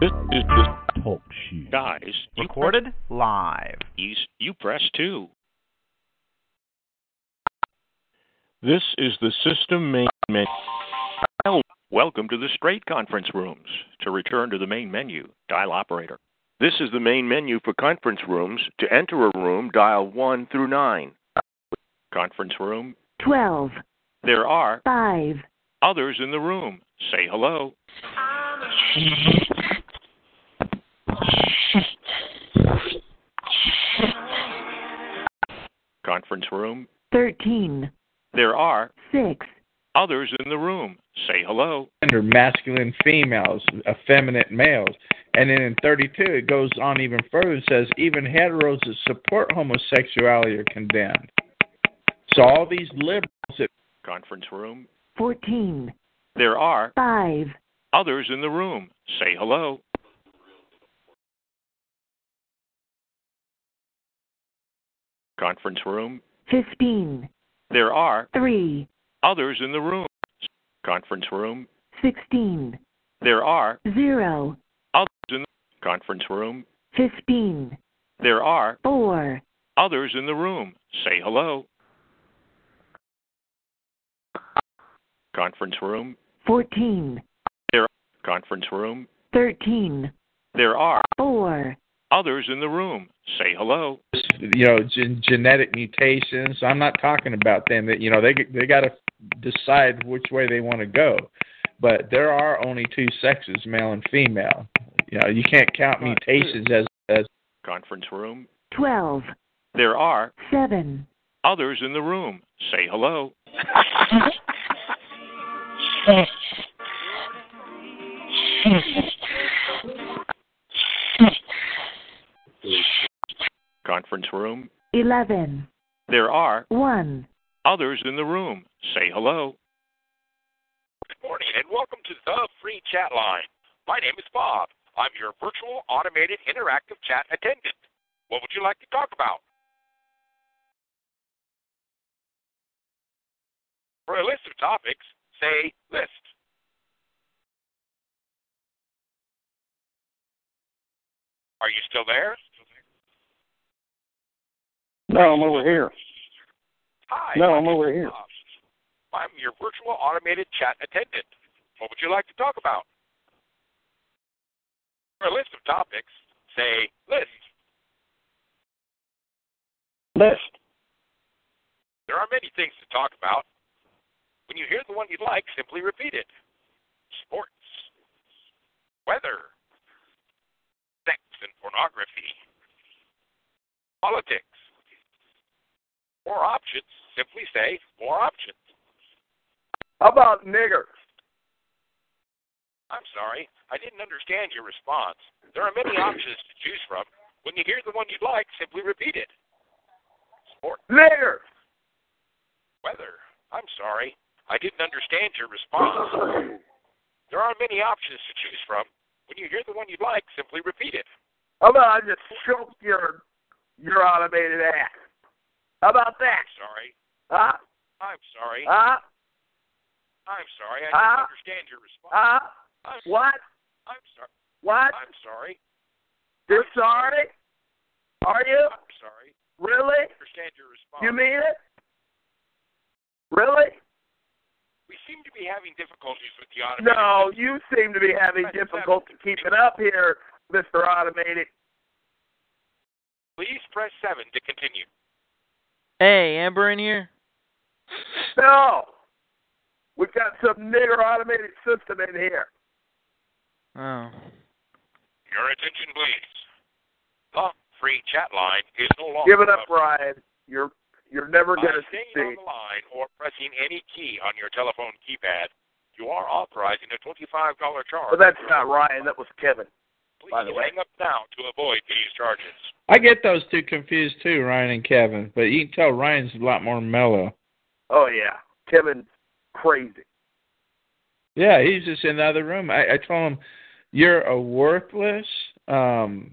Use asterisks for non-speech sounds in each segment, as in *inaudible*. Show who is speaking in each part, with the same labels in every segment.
Speaker 1: This is the
Speaker 2: Talk shit.
Speaker 1: guys. You
Speaker 3: Recorded live.
Speaker 1: press- You, s- you press two. This is the system main menu. Hello, Welcome to the straight conference rooms. To return to the main menu, dial operator. This is the main menu for conference rooms. To enter a room, dial 1 through 9. Conference room.
Speaker 4: 12,
Speaker 1: There are
Speaker 4: 5.
Speaker 1: others in the room. Say hello. Conference room.
Speaker 4: 13,
Speaker 1: There are
Speaker 4: 6.
Speaker 1: others in the room. Say hello.
Speaker 5: gender, masculine females, effeminate males. And then in 32, it goes on even further and says even heteros that support homosexuality are condemned. So all these liberals that
Speaker 1: Conference room.
Speaker 4: 14,
Speaker 1: There are
Speaker 4: 5,
Speaker 1: others in the room. Say hello. Conference room.
Speaker 4: 15,
Speaker 1: There are
Speaker 4: 3,
Speaker 1: others in the room. Conference room.
Speaker 4: 16,
Speaker 1: There are
Speaker 4: 0,
Speaker 1: others in the conference room.
Speaker 4: 15,
Speaker 1: There are
Speaker 4: 4,
Speaker 1: others in the room. Say hello. Conference room.
Speaker 4: 14,
Speaker 1: Conference room.
Speaker 4: 13,
Speaker 1: There are
Speaker 4: 4,
Speaker 1: others in the room. Say hello.
Speaker 5: you know gen- genetic mutations. I'm not talking about them. That you know they they got to decide which way they want to go. But there are only two sexes, male and female. You know you can't count mutations as as
Speaker 1: Conference room.
Speaker 4: 12,
Speaker 1: There are
Speaker 4: 7,
Speaker 1: others in the room. Say hello. Conference room.
Speaker 4: 11,
Speaker 1: There are
Speaker 4: 1.
Speaker 1: others in the room. Say hello.
Speaker 6: Good morning and welcome to the free chat line. My name is Bob. I'm your virtual automated interactive chat attendant. What would you like to talk about? For a list of topics, say list. Are you still there?
Speaker 7: No, I'm over here.
Speaker 6: Hi.
Speaker 7: No,
Speaker 6: my
Speaker 7: I'm
Speaker 6: name
Speaker 7: over
Speaker 6: is
Speaker 7: here.
Speaker 6: Bob. I'm your virtual automated chat attendant. What would you like to talk about? For a list of topics, say list.
Speaker 7: List.
Speaker 6: There are many things to talk about. When you hear the one you like, simply repeat it. Sports, weather, sex and pornography, politics. More options, simply say more options.
Speaker 7: How about nigger?
Speaker 6: I'm sorry, I didn't understand your response. There are many options to choose from. When you hear the one you like, simply repeat it. Sport,
Speaker 7: Nigger.
Speaker 6: weather. I'm sorry, I didn't understand your response. There are many options to choose from. When you hear the one you like, simply repeat it.
Speaker 7: How about I just choke your your automated ass? How about that?
Speaker 6: I'm sorry.
Speaker 7: Huh?
Speaker 6: I'm sorry.
Speaker 7: Huh?
Speaker 6: I'm sorry. I
Speaker 7: Ah.
Speaker 6: didn't understand your response.
Speaker 7: Huh?
Speaker 6: I'm,
Speaker 7: What?
Speaker 6: I'm sorry.
Speaker 7: What?
Speaker 6: I'm sorry.
Speaker 7: You're sorry? Are you?
Speaker 6: I'm sorry.
Speaker 7: Really?
Speaker 6: I understand your response.
Speaker 7: You mean it? Really?
Speaker 6: we seem to be having difficulties with the automated.
Speaker 7: No, you seem to be having difficulty keeping up here, Mr. Automated.
Speaker 6: Please press seven to continue.
Speaker 3: *laughs* Hey, Amber in here?
Speaker 7: No. We've got some nigger automated system in here.
Speaker 3: Oh.
Speaker 6: Your attention, please. The free chat line is no longer.
Speaker 7: Give it up, Ryan. You're you're never
Speaker 6: By
Speaker 7: gonna
Speaker 6: staying
Speaker 7: succeed.
Speaker 6: on the line or pressing any key on your telephone keypad, You are authorizing a $25 charge.
Speaker 8: But Oh, that's not Ryan. That was Kevin.
Speaker 6: Please
Speaker 8: by the way.
Speaker 6: hang up now to avoid these charges.
Speaker 5: I get those two confused too, Ryan and Kevin. But you can tell Ryan's a lot more mellow.
Speaker 8: Oh yeah, Kevin's crazy.
Speaker 5: Yeah, he's just in the other room. I, I told him, "You're a worthless, um,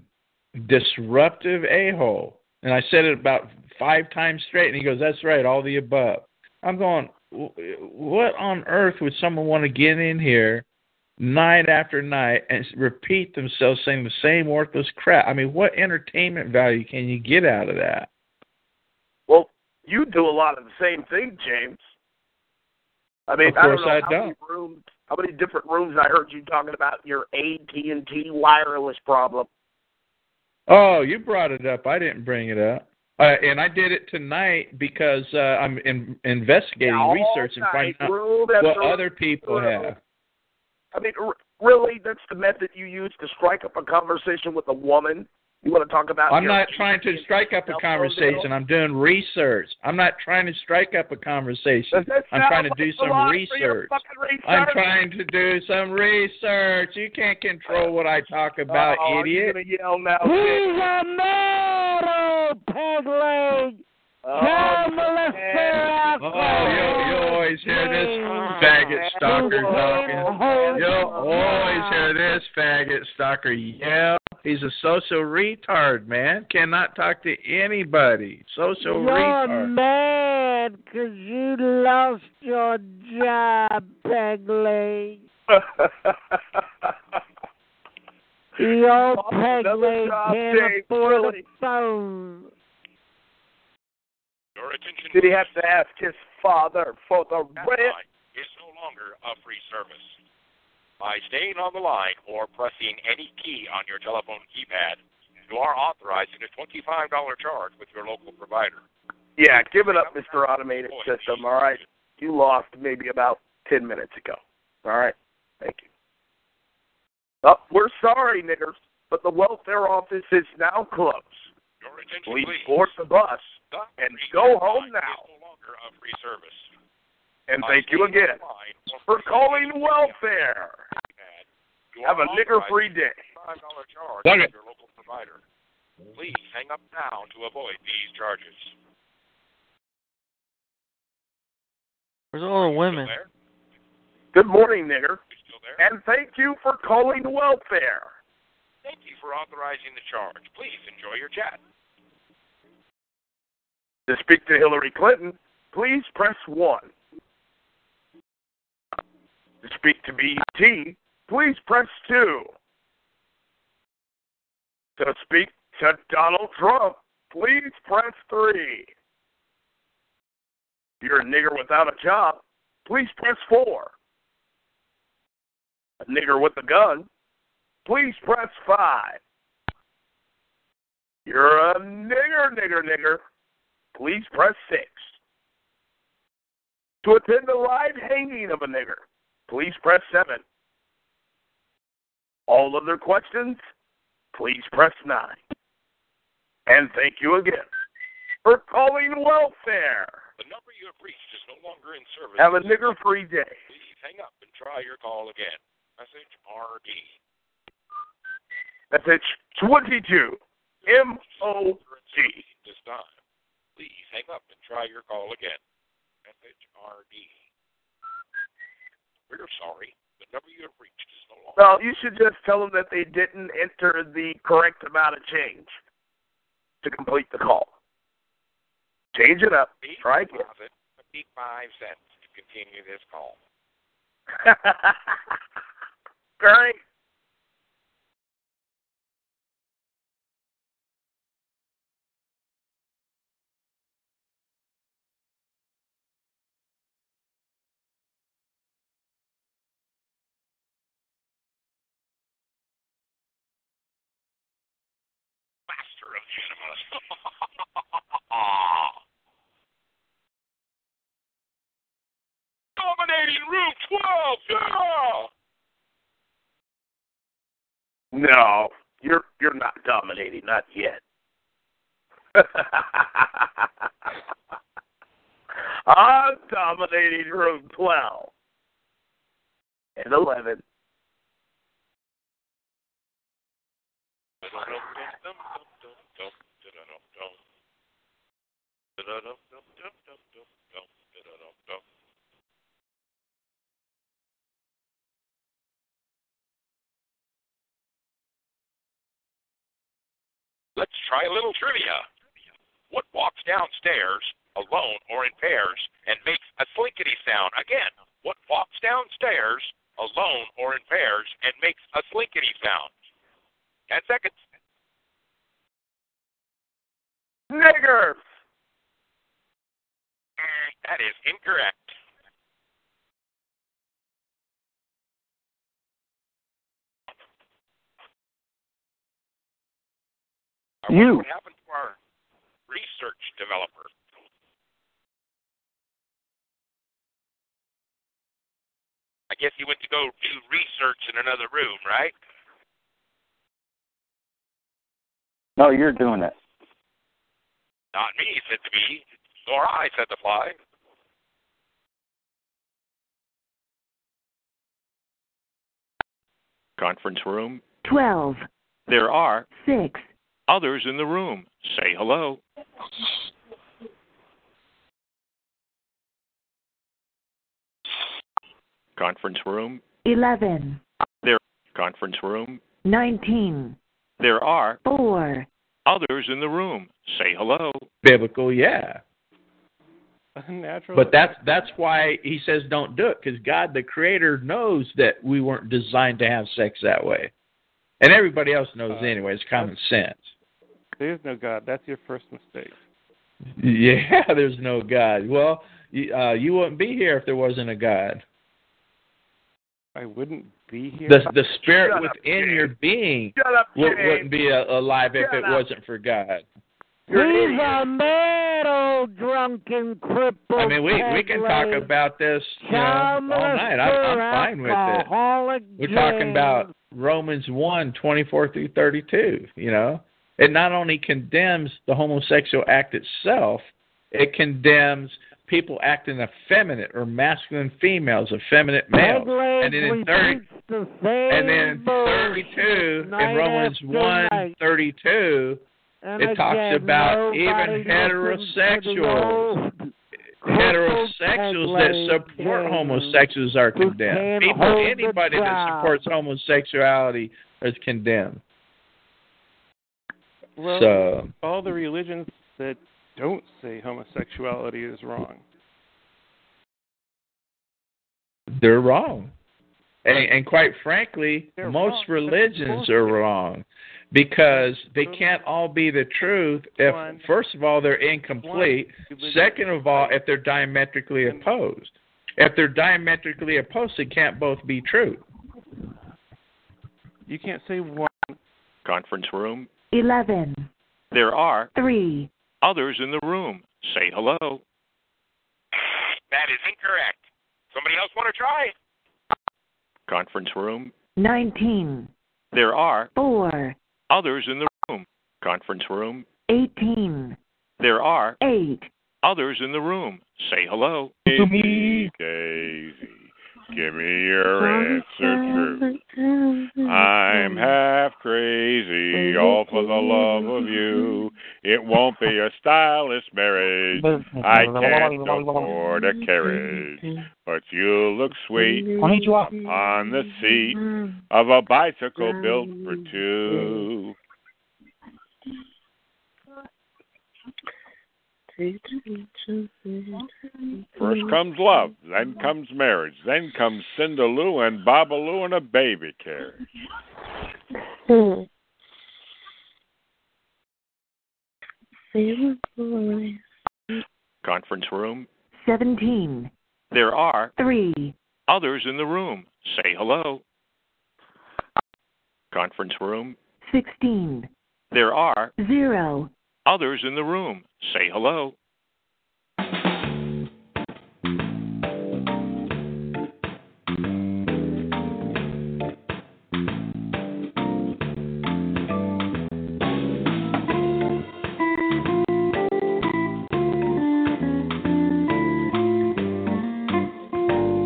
Speaker 5: disruptive a hole," and I said it about five times straight. And he goes, "That's right, all the above." I'm going, "Wh- "What on earth would someone want to get in here night after night and s- repeat themselves saying the same worthless crap? I mean, what entertainment value can you get out of that?"
Speaker 8: Well, you do a lot of the same thing, James. I mean,
Speaker 5: Of
Speaker 8: I don't
Speaker 5: course
Speaker 8: know
Speaker 5: I
Speaker 8: how many
Speaker 5: don't.
Speaker 8: rooms, how many different rooms I heard you talking about your AT and T wireless problem.
Speaker 5: Oh, you brought it up. I didn't bring it up. Uh, and I did it tonight because uh, I'm in, investigating
Speaker 8: All
Speaker 5: research and finding
Speaker 8: night,
Speaker 5: out
Speaker 8: room
Speaker 5: what
Speaker 8: after
Speaker 5: other people
Speaker 8: room.
Speaker 5: have.
Speaker 8: I mean, r- really, that's the method you use to strike up a conversation with a woman. You want to talk about?
Speaker 5: I'm
Speaker 8: your
Speaker 5: not trying to strike up a
Speaker 8: cell phone
Speaker 5: conversation.
Speaker 8: bill?
Speaker 5: I'm doing research. I'm not trying to strike up a conversation.
Speaker 8: Does that
Speaker 5: I'm
Speaker 8: sound
Speaker 5: trying to
Speaker 8: like
Speaker 5: do
Speaker 8: a
Speaker 5: some
Speaker 8: lot for your
Speaker 5: research.
Speaker 8: fucking research?
Speaker 5: I'm trying to do some research. You can't control what I talk about,
Speaker 8: oh, You're
Speaker 5: idiot.
Speaker 8: gonna yell now.
Speaker 9: He's a mortal peg leg.
Speaker 8: Oh,
Speaker 9: Come
Speaker 8: man.
Speaker 5: Oh, you'll, you'll always hear this faggot stalker talking. You'll always hear this faggot stalker yell. He's a social retard, man. Cannot talk to anybody. Social
Speaker 9: You're
Speaker 5: retard.
Speaker 9: mad 'cause you lost your job, peg
Speaker 8: *laughs*
Speaker 9: leg. The old
Speaker 8: Lost
Speaker 9: peg
Speaker 8: another
Speaker 9: leg
Speaker 8: job,
Speaker 9: can't
Speaker 8: Dave,
Speaker 9: afford a
Speaker 8: really.
Speaker 9: phone.
Speaker 6: Your attention
Speaker 8: Did he have to ask his father for the
Speaker 6: That
Speaker 8: rent?
Speaker 6: line is no longer a free service. By staying on the line or pressing any key on your telephone keypad, you are authorizing a $25 charge with your local provider.
Speaker 8: Yeah, give it up, Mr. Automated System. All right, you lost maybe about ten minutes ago. All right, thank you. Oh, we're sorry, niggers, but the welfare office is now closed.
Speaker 6: Your attention,
Speaker 8: Please
Speaker 6: please.
Speaker 8: board the bus
Speaker 6: The
Speaker 8: and
Speaker 6: free
Speaker 8: go
Speaker 6: service
Speaker 8: home
Speaker 6: line
Speaker 8: now.
Speaker 6: Is no longer a free service.
Speaker 8: And
Speaker 6: By
Speaker 8: thank you
Speaker 6: staying on
Speaker 8: again
Speaker 6: the line or
Speaker 8: for
Speaker 6: pressing
Speaker 8: calling
Speaker 6: any key on
Speaker 8: welfare.
Speaker 6: your keypad, you
Speaker 8: Have
Speaker 6: are
Speaker 8: a nigger-free
Speaker 6: authorizing
Speaker 8: day.
Speaker 6: a $25 charge
Speaker 5: Suck it.
Speaker 6: with your local provider. Please hang up now to avoid these charges.
Speaker 10: Where's all the
Speaker 6: Still
Speaker 10: women?
Speaker 6: there?
Speaker 8: Good morning, nigger,
Speaker 6: You still there?
Speaker 8: and thank you for calling welfare.
Speaker 6: Thank you for authorizing the charge. Please enjoy your chat.
Speaker 8: To speak to Hillary Clinton, please press 1. To speak to BET, please press 2. To speak to Donald Trump, please press 3. If you're a nigger without a job, please press 4. A nigger with a gun, please press 5. You're a nigger, nigger, nigger please press 6. To attend the live hanging of a nigger, please press 7. All other questions, please press 9. And thank you again for calling welfare.
Speaker 6: The number you have reached is no longer in service.
Speaker 8: Have a nigger free day.
Speaker 6: Please hang up and try your call again. Message RD.
Speaker 8: That's it, 22. M O G.
Speaker 6: This time. Please hang up and try your call again. Message RD. We're sorry. The number you have reached is no longer.
Speaker 8: Well, you should just tell them that they didn't enter the correct amount of change to complete the call. Change it up.
Speaker 6: Please
Speaker 8: Try
Speaker 6: *laughs*
Speaker 8: again.
Speaker 6: deposit 55 cents to continue this call.
Speaker 7: *laughs*
Speaker 8: Great.
Speaker 6: Master of Animals. *laughs* Dominating room 12. Yeah!
Speaker 8: No, you're you're not dominating, not yet. I'm dominating room twelve.
Speaker 7: and 11.
Speaker 6: Let's try a little trivia. What walks downstairs alone or in pairs and makes a slinkity sound? Again, what walks downstairs alone or in pairs and makes a slinkity sound? Ten seconds.
Speaker 7: Niggers!
Speaker 6: Mm, That is incorrect. I wonder
Speaker 2: You.
Speaker 6: What happened to our research developer? I guess he went to go do research in another room, right?
Speaker 11: *laughs* No, you're doing it.
Speaker 6: Not me, said the bee, nor I, said the fly.
Speaker 1: Conference room.
Speaker 4: 12,
Speaker 1: There are
Speaker 4: 6,
Speaker 1: others in the room. Say hello. Conference room.
Speaker 4: 11,
Speaker 1: There. Conference room.
Speaker 4: 19,
Speaker 1: There are
Speaker 4: 4.
Speaker 1: others in the room. Say hello.
Speaker 5: Biblical, yeah.
Speaker 12: Naturally.
Speaker 5: But that's that's why he says don't do it because God, the Creator, knows that we weren't designed to have sex that way, and everybody else knows anyway. It's common sense.
Speaker 12: There's no God. That's your first mistake.
Speaker 5: Yeah, *laughs* there's no God. Well, you, uh, you wouldn't be here if there wasn't a God.
Speaker 12: I wouldn't be here.
Speaker 5: The the spirit within your being
Speaker 12: Shut up,
Speaker 5: wou-
Speaker 12: James.
Speaker 5: wouldn't be a, alive if
Speaker 12: Shut
Speaker 5: it
Speaker 12: up.
Speaker 5: wasn't for God.
Speaker 2: He's a mad old drunken cripple.
Speaker 5: I mean, we we can talk
Speaker 2: peddler.
Speaker 5: about this you know, all night. I'm, I'm fine with it.
Speaker 2: Alcoholic
Speaker 5: We're talking
Speaker 2: James.
Speaker 5: about Romans 1, 24 through 32, you know. It not only condemns the homosexual act itself, it condemns people acting effeminate or masculine females, effeminate males.
Speaker 2: Leg
Speaker 5: And then in 30,
Speaker 2: repeats the same
Speaker 5: and then
Speaker 2: bullshit
Speaker 5: 32, in
Speaker 2: night
Speaker 5: Romans
Speaker 2: after
Speaker 5: 1,
Speaker 2: night.
Speaker 5: 32,
Speaker 2: And
Speaker 5: it talks
Speaker 2: again,
Speaker 5: about
Speaker 2: nobody
Speaker 5: even
Speaker 2: listens to the
Speaker 5: heterosexuals.
Speaker 2: old
Speaker 5: heterosexuals that support homosexuals are condemned. People,
Speaker 2: hold the
Speaker 5: anybody that
Speaker 2: job.
Speaker 5: supports homosexuality is condemned.
Speaker 2: Oh.
Speaker 12: Well,
Speaker 5: So-
Speaker 12: all the religions that don't say homosexuality is wrong.
Speaker 5: They're wrong. And, and quite frankly,
Speaker 12: They're
Speaker 5: most
Speaker 12: wrong.
Speaker 5: religions are wrong because they can't all be the truth if,
Speaker 12: One.
Speaker 5: first of all, they're incomplete.
Speaker 12: Religion-
Speaker 5: Second of all, if they're diametrically opposed. If they're diametrically opposed, they can't both be true.
Speaker 12: You can't say one.
Speaker 1: Conference room.
Speaker 4: 11,
Speaker 1: There are
Speaker 4: 3,
Speaker 1: others in the room. Say hello.
Speaker 6: That is incorrect. Somebody else want to try?
Speaker 1: Conference room.
Speaker 4: 19,
Speaker 1: There are
Speaker 4: 4,
Speaker 1: others in the room. Conference room.
Speaker 4: 18,
Speaker 1: There are
Speaker 4: 8,
Speaker 1: others in the room. Say hello.
Speaker 13: Casey, Casey, give me your answer true. I'm half crazy, all for the love of you. It won't be a stylish marriage. I can't afford a carriage, but you look sweet on the seat of a bicycle built for two. First comes love, then comes marriage, then comes Cinderloo and Babaloo and a baby carriage.
Speaker 1: Conference room.
Speaker 4: 17,
Speaker 1: There are
Speaker 4: 3,
Speaker 1: others in the room. Say hello. Conference room.
Speaker 4: 16,
Speaker 1: There are
Speaker 4: 0.
Speaker 1: others in the room. Say hello.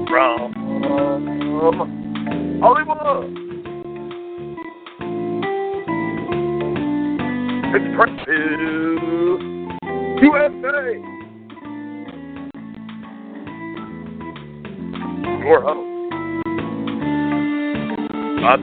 Speaker 7: From Hollywood. It's Princeton, USA. Your host. Not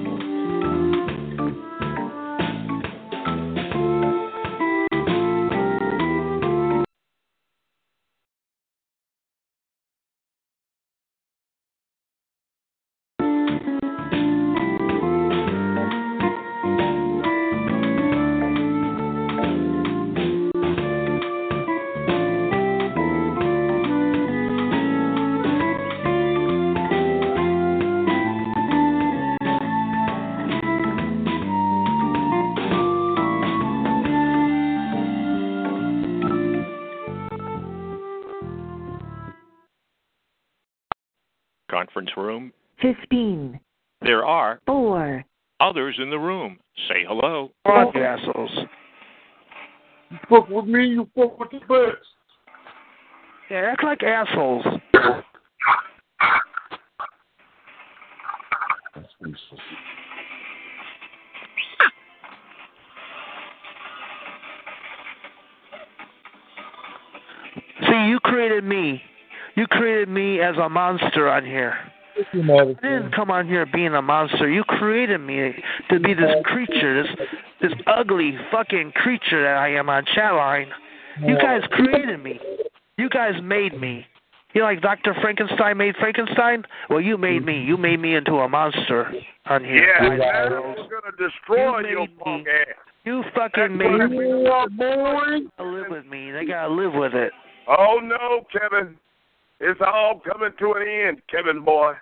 Speaker 1: Conference room.
Speaker 4: 15,
Speaker 1: There are
Speaker 4: 4,
Speaker 1: others in the room. Say hello.
Speaker 4: Fuck
Speaker 12: you
Speaker 1: assholes.
Speaker 2: Fuck with me, you fuck with the best. Yeah, act like assholes. See, you created me. You created me as a monster on here. I didn't come on here being a monster. You created me to be this creature, this this ugly fucking creature that I am on Chatline. You guys created me. You guys made me. You know, like Dr. Frankenstein made Frankenstein? Well, you made me. You made me into a monster on here.
Speaker 7: Yeah, that is gonna destroy
Speaker 2: You
Speaker 7: your
Speaker 2: made
Speaker 7: punk
Speaker 2: me.
Speaker 7: ass.
Speaker 2: You fucking
Speaker 7: That's
Speaker 2: made
Speaker 7: what
Speaker 2: me.
Speaker 7: you are, boy.
Speaker 2: They gotta live with me. They gotta live with it.
Speaker 7: Oh no, Kevin. It's all coming to an end, Kevin boy.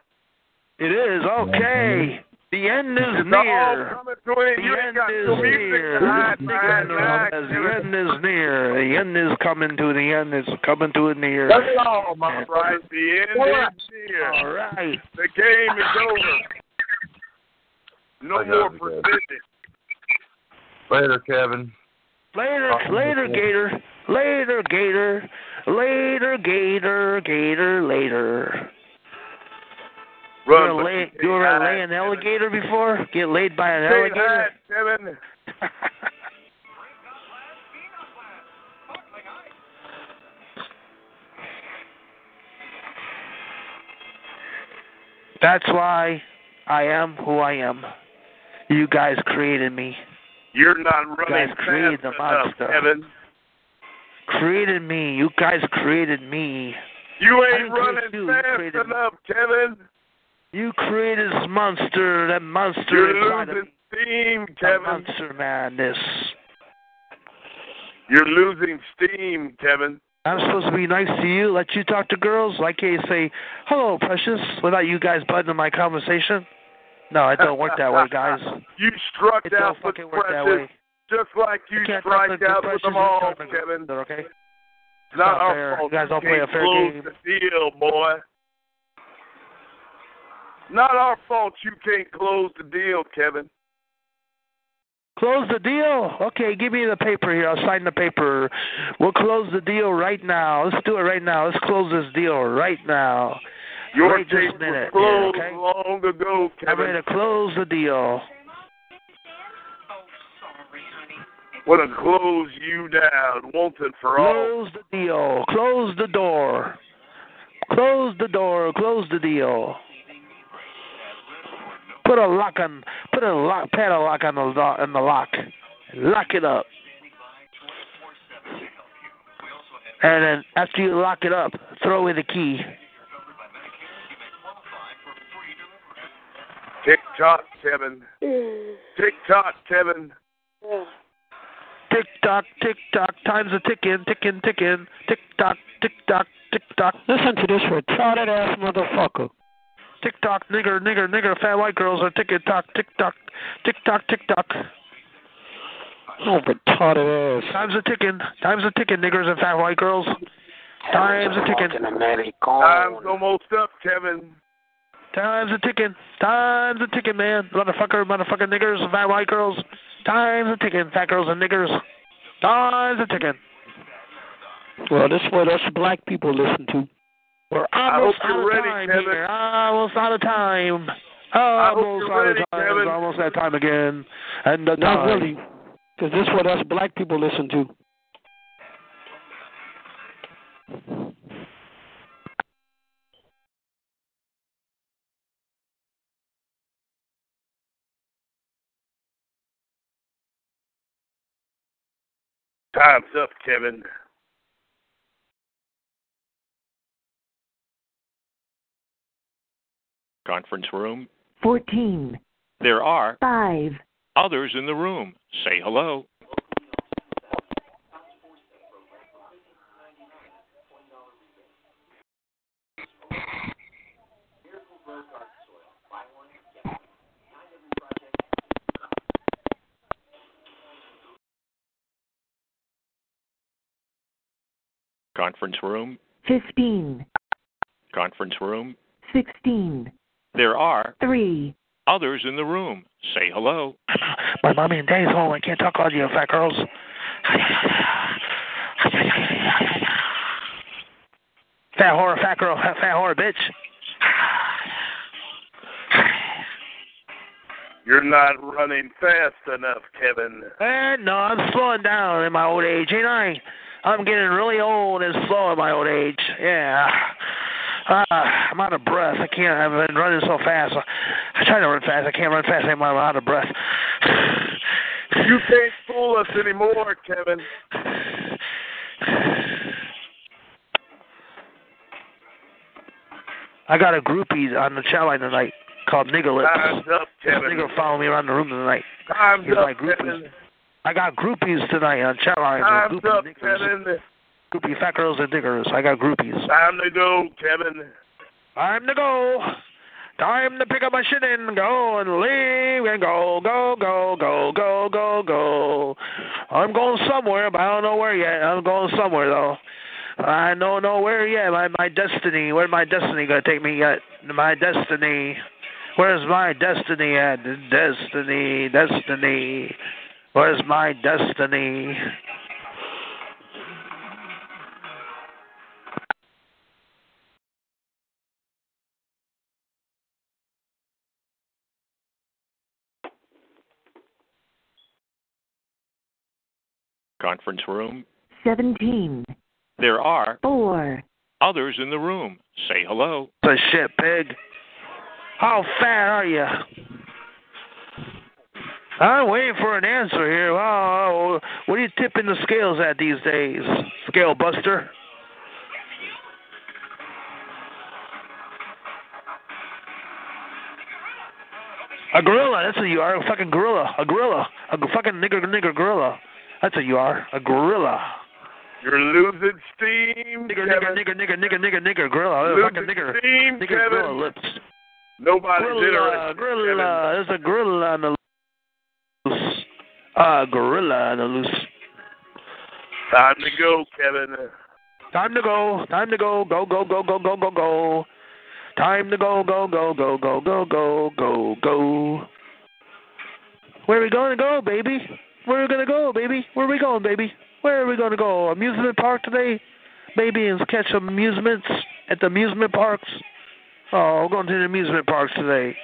Speaker 2: It is okay. The end is
Speaker 7: It's
Speaker 2: near.
Speaker 7: all coming to an end.
Speaker 2: The
Speaker 7: you
Speaker 2: end
Speaker 7: ain't got
Speaker 2: is
Speaker 7: no music
Speaker 2: near.
Speaker 7: to hide behind that,
Speaker 2: The
Speaker 7: Kevin.
Speaker 2: end is near. The end is coming to the end is coming to a near.
Speaker 7: That's all, my
Speaker 2: And-
Speaker 7: right. The end
Speaker 2: All right.
Speaker 7: is near.
Speaker 2: All right.
Speaker 7: The game is over. No more precision.
Speaker 14: Later, Kevin.
Speaker 2: Later, later, Gator. Later, Gator. Later, Gator. Gator. Later.
Speaker 7: Run,
Speaker 2: you
Speaker 7: but
Speaker 2: were a,
Speaker 7: you
Speaker 2: lay,
Speaker 7: can't
Speaker 2: you were a
Speaker 7: hide,
Speaker 2: lay an alligator before? Get laid by an
Speaker 7: Can't
Speaker 2: alligator?
Speaker 7: hide, Kevin.
Speaker 2: That's why I am who I am. You guys created me.
Speaker 7: You're not running
Speaker 2: guys created the
Speaker 7: fast enough,
Speaker 2: monster.
Speaker 7: Kevin.
Speaker 2: Created me. You guys created me.
Speaker 7: You
Speaker 2: I
Speaker 7: ain't
Speaker 2: didn't create
Speaker 7: running
Speaker 2: you, you
Speaker 7: fast
Speaker 2: created me.
Speaker 7: enough, Kevin.
Speaker 2: You created this monster. That monster
Speaker 7: You're
Speaker 2: inside of
Speaker 7: losing
Speaker 2: me.
Speaker 7: steam,
Speaker 2: That
Speaker 7: Kevin.
Speaker 2: monster madness.
Speaker 7: You're losing steam, Kevin.
Speaker 2: I'm supposed to be nice to you, let you talk to girls. I can't say, hello, precious, without you guys butting in my conversation. No, it don't work
Speaker 7: *laughs*
Speaker 2: that way, guys.
Speaker 7: You struck
Speaker 2: It
Speaker 7: out
Speaker 2: don't
Speaker 7: with
Speaker 2: fucking work that
Speaker 7: Precious,
Speaker 2: way.
Speaker 7: just like you
Speaker 2: can't
Speaker 7: strike
Speaker 2: talk to
Speaker 7: out
Speaker 2: Precious
Speaker 7: with them
Speaker 2: and
Speaker 7: all,
Speaker 2: talk to girls,
Speaker 7: Kevin.
Speaker 2: Okay.
Speaker 7: It's not
Speaker 2: not
Speaker 7: our
Speaker 2: fair.
Speaker 7: fault.
Speaker 2: You guys don't
Speaker 7: can't
Speaker 2: play a fair
Speaker 7: close
Speaker 2: game.
Speaker 7: the deal, boy. Not our fault you can't close the deal, Kevin.
Speaker 2: Close the deal. Okay, give me the paper here. I'll sign the paper. We'll close the deal right now. Let's do it right now. Let's close this deal right now.
Speaker 7: Your
Speaker 2: right this
Speaker 7: case was
Speaker 2: minute. Yeah,
Speaker 7: closed
Speaker 2: okay?
Speaker 7: long ago,
Speaker 2: I'm
Speaker 7: Kevin.
Speaker 2: ready to close the deal.
Speaker 7: Want to close you down once and for all.
Speaker 2: Close the deal. Close the door. Close the door. Close the deal. Put a lock on. Put a lock. Padlock on the lo- on the lock. Lock it up. And then after you lock it up, throw away the key.
Speaker 7: Tick tock, Kevin. Tick tock, Kevin.
Speaker 2: Tick tock, tick tock, time's a ticking, ticking, ticking. Tick tock, tick tock, tick tock. Listen to this retarded ass motherfucker. Tick tock, nigger, nigger, nigger. Fat white girls are tick tock, tick tock, tick tock, tick tock.
Speaker 8: Oh, retarded ass.
Speaker 2: Time's a ticking, time's a ticking, niggers and fat white girls. Time's a ticking,
Speaker 7: Time's almost up, Kevin.
Speaker 2: time's a ticking, time's a ticking, man. Motherfucker, motherfucker, niggers and fat white girls. Time's a ticking, fat girls and niggers. Time's a ticking.
Speaker 8: Well, that's what us black people listen to.
Speaker 2: We're
Speaker 7: I hope
Speaker 2: almost out
Speaker 7: you're
Speaker 2: of
Speaker 7: ready,
Speaker 2: time
Speaker 7: Kevin.
Speaker 2: here. Almost out of time. Almost
Speaker 8: you're
Speaker 2: out of
Speaker 8: ready,
Speaker 2: time.
Speaker 8: Kevin.
Speaker 2: Almost that time again. And the
Speaker 8: Not
Speaker 2: time.
Speaker 8: really, because this is what us black people listen to.
Speaker 7: Time's up, Kevin.
Speaker 1: Conference room.
Speaker 4: 14,
Speaker 1: There are
Speaker 4: 5,
Speaker 1: others in the room. Say hello. Conference room.
Speaker 4: 15,
Speaker 1: Conference room.
Speaker 4: 16,
Speaker 1: There are
Speaker 4: 3,
Speaker 1: others in the room. Say hello.
Speaker 2: My mommy and daddy's home. I can't talk all to you fat girls. Fat whore, fat girl, fat whore, bitch.
Speaker 7: You're not running fast enough, Kevin.
Speaker 2: Eh, no, I'm slowing down in my old age, ain't I? I'm getting really old and slow in my old age. Yeah. Uh, I'm out of breath. I can't. I've been running so fast. I try to run fast. I can't run fast anymore. I'm out of breath. *sighs*
Speaker 7: You can't fool us anymore, Kevin.
Speaker 2: I got a groupie on the chat line tonight called Nigger Lips.
Speaker 7: Time's up,
Speaker 2: This
Speaker 7: Uh, Kevin.
Speaker 2: nigger following me around the room tonight.
Speaker 7: Time's
Speaker 2: He's
Speaker 7: up,
Speaker 2: my groupies.
Speaker 7: Kevin.
Speaker 2: I got groupies tonight on chat line. They're
Speaker 7: Time's
Speaker 2: groupie
Speaker 7: up, Kevin.
Speaker 2: Groupie fat girls and diggers. I got groupies.
Speaker 7: Time to go, Kevin.
Speaker 2: Time to go. Time to pick up my shit and go and leave and go, go, go, go, go, go, go. I'm going somewhere, but I don't know where yet. I'm going somewhere though. I don't know where yet. My my destiny. Where my destiny gonna take me yet? My destiny. Where's my destiny at? Destiny, destiny. Where's my destiny?
Speaker 1: Conference room.
Speaker 4: 17,
Speaker 1: There are
Speaker 4: 4,
Speaker 1: others in the room. Say hello.
Speaker 2: The shit, pig. How fat are you? I'm waiting for an answer here. Wow, what are you tipping the scales at these days, scale buster? A gorilla, that's what you are. A fucking gorilla. A gorilla. A fucking nigger nigger gorilla. That's what you are. A gorilla.
Speaker 7: You're losing steam,
Speaker 2: Nigger
Speaker 7: Kevin.
Speaker 2: nigger nigger nigger nigger nigger nigger gorilla.
Speaker 7: Losing
Speaker 2: Oh, Fucking nigger.
Speaker 7: steam,
Speaker 2: Nigger
Speaker 7: Kevin.
Speaker 2: gorilla lips.
Speaker 7: Nobody's
Speaker 2: Gorilla,
Speaker 7: interested.
Speaker 2: gorilla. There's a gorilla on the loose. Uh, gorilla on the loose.
Speaker 7: Time to go, Kevin.
Speaker 2: Time to go. Time to go. Go go go go go go go. Time to go go go go go go go go go. Where are we gonna go, baby? Where are we gonna go, baby? Where are we going, baby? Where are we gonna go? Amusement park today? Maybe and catch some amusements at the amusement parks. Oh, we're going to the amusement parks today.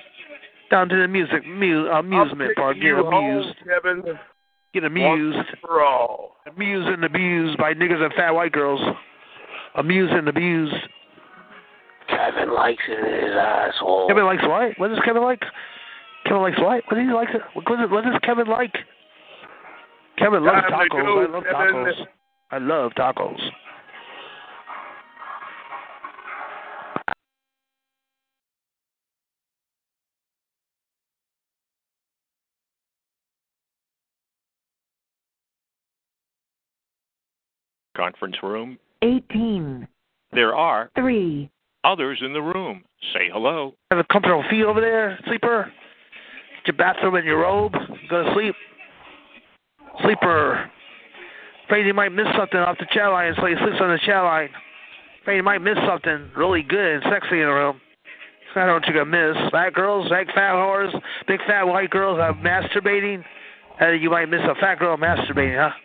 Speaker 2: Down to the music mu-
Speaker 7: I'll
Speaker 2: amusement
Speaker 7: take
Speaker 2: park. Get
Speaker 7: you home,
Speaker 2: amused.
Speaker 7: Kevin.
Speaker 2: Get
Speaker 7: Once
Speaker 2: amused.
Speaker 7: for all.
Speaker 2: Amused and abused by niggas and fat white girls. Amused and abused.
Speaker 8: Kevin likes it in his asshole.
Speaker 2: Kevin likes what? What does Kevin like? Kevin likes what? What does he like? What does, what does Kevin like? Kevin loves
Speaker 7: Time to
Speaker 2: tacos.
Speaker 7: go,
Speaker 2: I love
Speaker 7: Kevin.
Speaker 2: tacos. I love tacos.
Speaker 1: Conference room.
Speaker 4: 18,
Speaker 1: There are
Speaker 4: 3,
Speaker 1: others in the room. Say hello.
Speaker 2: Have a comfortable feet over there, sleeper. Get your bathroom and your robe. Go to sleep. Sleeper. Afraid you might miss something off the chat line, so he sleeps on the chat line. Afraid you might miss something really good and sexy in the room. I don't know what you're gonna miss. Fat girls, big fat whores, big fat white girls are masturbating. Uh, you might miss a fat girl masturbating, huh?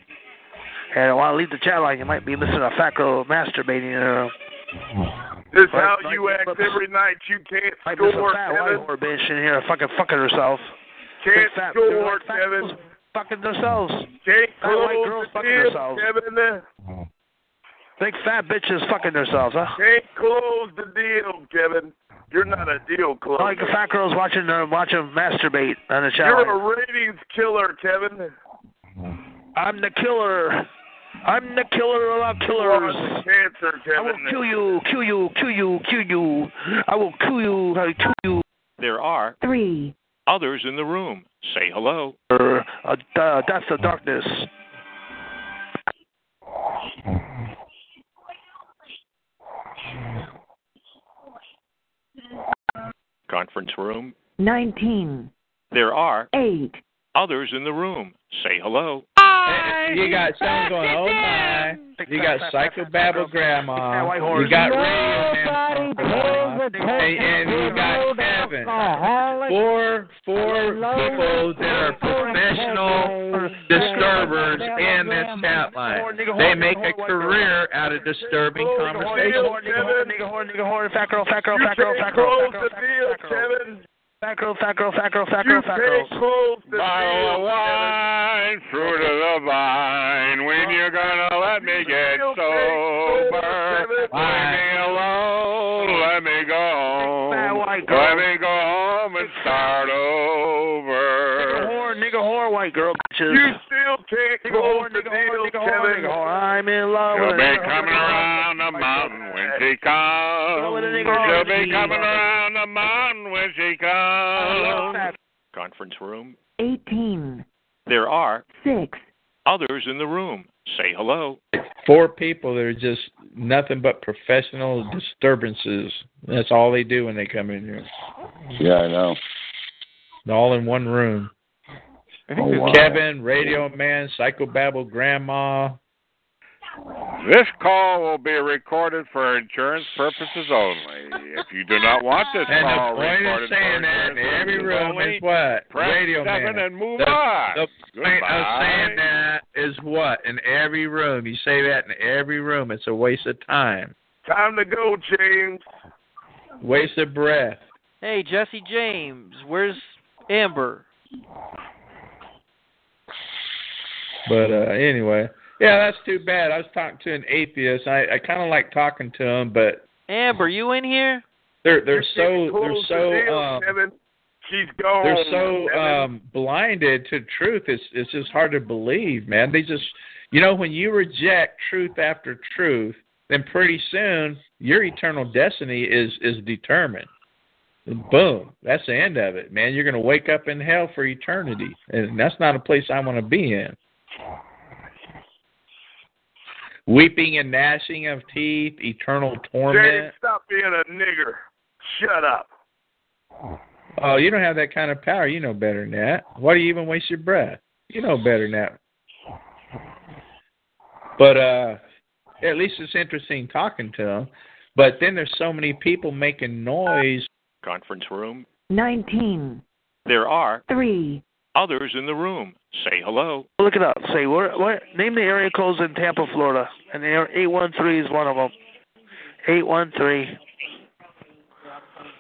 Speaker 2: And while I leave the chat line, you might be missing a fat girl masturbating in the room.
Speaker 7: This is
Speaker 2: Like-
Speaker 7: how
Speaker 2: like
Speaker 7: you act
Speaker 2: Flip's-
Speaker 7: every night. You can't
Speaker 2: Like this
Speaker 7: score,
Speaker 2: fat white
Speaker 7: Kevin.
Speaker 2: whore bitch in here fucking fucking herself.
Speaker 7: Can't
Speaker 2: Big fat- they're
Speaker 7: score,
Speaker 2: like fat
Speaker 7: Kevin.
Speaker 2: girls Fucking themselves.
Speaker 7: Can't
Speaker 2: Fat white
Speaker 7: close
Speaker 2: girls
Speaker 7: the
Speaker 2: fucking
Speaker 7: deal,
Speaker 2: themselves.
Speaker 7: Kevin.
Speaker 2: Big fat bitches fucking themselves, huh?
Speaker 7: Can't close the deal, Kevin. You're not a deal closer.
Speaker 2: Like fat girls watching their watching masturbate on the
Speaker 7: You're
Speaker 2: shower.
Speaker 7: a ratings killer, Kevin.
Speaker 2: I'm the killer. I'm the killer of all killers.
Speaker 7: Cancer, Kevin.
Speaker 2: I will kill you, kill you, kill you, kill you. I will kill you, I will kill you.
Speaker 1: There are
Speaker 2: Three.
Speaker 1: others in the room. Say hello.
Speaker 2: Uh, uh, that's the darkness.
Speaker 1: Conference room.
Speaker 4: 19,
Speaker 1: There are
Speaker 4: 8,
Speaker 1: others in the room. Say hello.
Speaker 5: You got someone going, oh my. You got psychobabble grandma.
Speaker 1: White
Speaker 5: You
Speaker 1: horse.
Speaker 5: got
Speaker 9: Nobody
Speaker 5: radio grandma. And, and you got Kevin. Four, four people that are professional disturbers in this chat line. They make a career out of disturbing
Speaker 2: Nigga
Speaker 5: conversation.
Speaker 2: horn, nigga horn, nigga horn, nigga horn, fat girl, fat girl,
Speaker 7: You
Speaker 2: fat girl,
Speaker 7: can't
Speaker 2: fat girl,
Speaker 7: close
Speaker 2: fat girl,
Speaker 7: the deal, Kevin.
Speaker 2: fat girl, fat girl, fat girl, fat girl, fat girl.
Speaker 7: Close the
Speaker 13: Bottle of
Speaker 7: deal,
Speaker 13: wine, fruit of the vine. When you're gonna let me get Oh, sober? Leave me alone. Let me go home. Let me go home and start over.
Speaker 2: Horn, nigga horn, white girl, bitches.
Speaker 7: You still can't
Speaker 2: Nigga
Speaker 7: close
Speaker 2: horn,
Speaker 7: the
Speaker 2: nigga horn,
Speaker 7: deal,
Speaker 2: nigga horn, nigga
Speaker 7: Kevin.
Speaker 2: horn. I'm in love
Speaker 13: She'll
Speaker 2: with
Speaker 13: be
Speaker 2: a nigga
Speaker 13: coming around the mountain when she comes.
Speaker 2: Well, with a nigga
Speaker 13: She'll
Speaker 2: horn,
Speaker 13: be
Speaker 2: she-
Speaker 13: coming around the mountain when she comes.
Speaker 1: Conference room.
Speaker 4: 18,
Speaker 1: There are
Speaker 4: 6,
Speaker 1: others in the room. Say hello.
Speaker 5: Four people that are just nothing but professional disturbances. That's all they do when they come in here.
Speaker 11: Yeah, I know.
Speaker 5: All in one room.
Speaker 11: Oh, wow.
Speaker 5: Kevin, Radio Man, Psychobabble Grandma.
Speaker 13: This call will be recorded for insurance purposes only. If you do not want this
Speaker 5: And the
Speaker 13: call
Speaker 5: point of
Speaker 13: recorded
Speaker 5: saying
Speaker 13: for
Speaker 5: that in
Speaker 13: insurance
Speaker 5: every
Speaker 13: purposes
Speaker 5: room
Speaker 13: only,
Speaker 5: is what?
Speaker 13: press
Speaker 5: Radio
Speaker 13: seven
Speaker 5: Man.
Speaker 13: and move
Speaker 5: the,
Speaker 13: on.
Speaker 5: The uh, point of
Speaker 13: Goodbye.
Speaker 5: saying that is what? In every room. You say that in every room. It's a waste of time,
Speaker 7: Time to go, James.
Speaker 5: waste of breath.
Speaker 3: Hey, Jesse James, where's Amber?
Speaker 5: But uh, anyway, yeah, that's too bad. I was talking to an atheist. I, I kind of like talking to him, but
Speaker 3: Amber, you in here?
Speaker 5: they're they're
Speaker 7: Can't
Speaker 5: so they're
Speaker 7: close the
Speaker 5: so
Speaker 7: deal,
Speaker 5: um,
Speaker 7: Kevin. She's gone.
Speaker 5: they're
Speaker 2: Oh,
Speaker 5: so
Speaker 7: Kevin.
Speaker 5: um blinded to truth it's it's just hard to believe man they just you know when you reject truth after truth then pretty soon your eternal destiny is is determined And boom that's the end of it man you're going to wake up in hell for eternity and that's not a place i want to be in weeping and gnashing of teeth eternal torment
Speaker 7: James, stop being a nigger. Shut up.
Speaker 5: Oh, you don't have that kind of power. You know better than that. Why do you even waste your breath? You know better than that. But uh at least it's interesting talking to them. But then there's so many people making noise.
Speaker 1: Conference room.
Speaker 4: 19,
Speaker 1: There are
Speaker 4: 3,
Speaker 1: others in the room. Say hello.
Speaker 2: Look it up. Say what? What? Name the area codes in Tampa, Florida, and eight one three is one of them. Eight one three.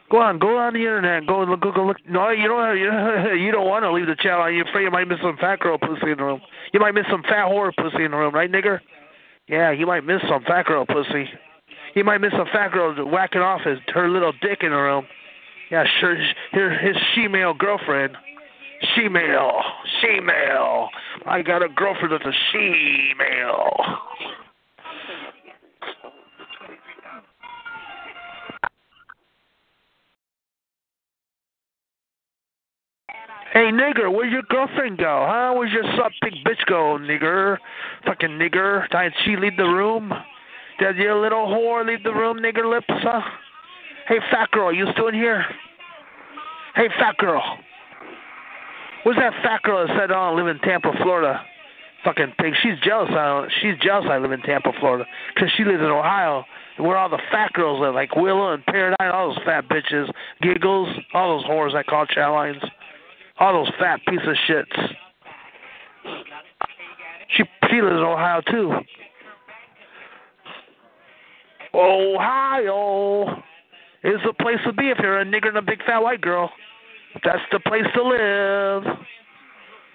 Speaker 2: Go on, go on the internet. Go look, go, go look. No, you don't. Have, *laughs* you don't- you don't want to leave the channel. You're afraid you might miss some fat girl pussy in the room. You might miss some fat whore pussy in the room, right, nigger? Yeah, you might miss some fat girl pussy. You might miss some fat girl whacking off his her little dick in the room. Yeah, sure. His, his she-male girlfriend. She-male. She-male. I got a girlfriend that's a she-male. Hey, nigger, where'd your girlfriend go, huh? Where's your sub big bitch go, nigger? Fucking nigger. Did she leave the room? Did your little whore leave the room, nigger lips, huh? Hey, fat girl, you still in here? Hey, fat girl. Where's that fat girl that said, oh, I live in Tampa, Florida? Fucking pig. She's jealous. I don't, she's jealous I live in Tampa, Florida, 'cause she lives in Ohio, where all the fat girls live, like Willow and Paradise, all those fat bitches. Giggles, all those whores I call chat lines. All those fat piece of shits. She, she lives in Ohio, too. Ohio is the place to be if you're a nigger and a big fat white girl. That's the place to live.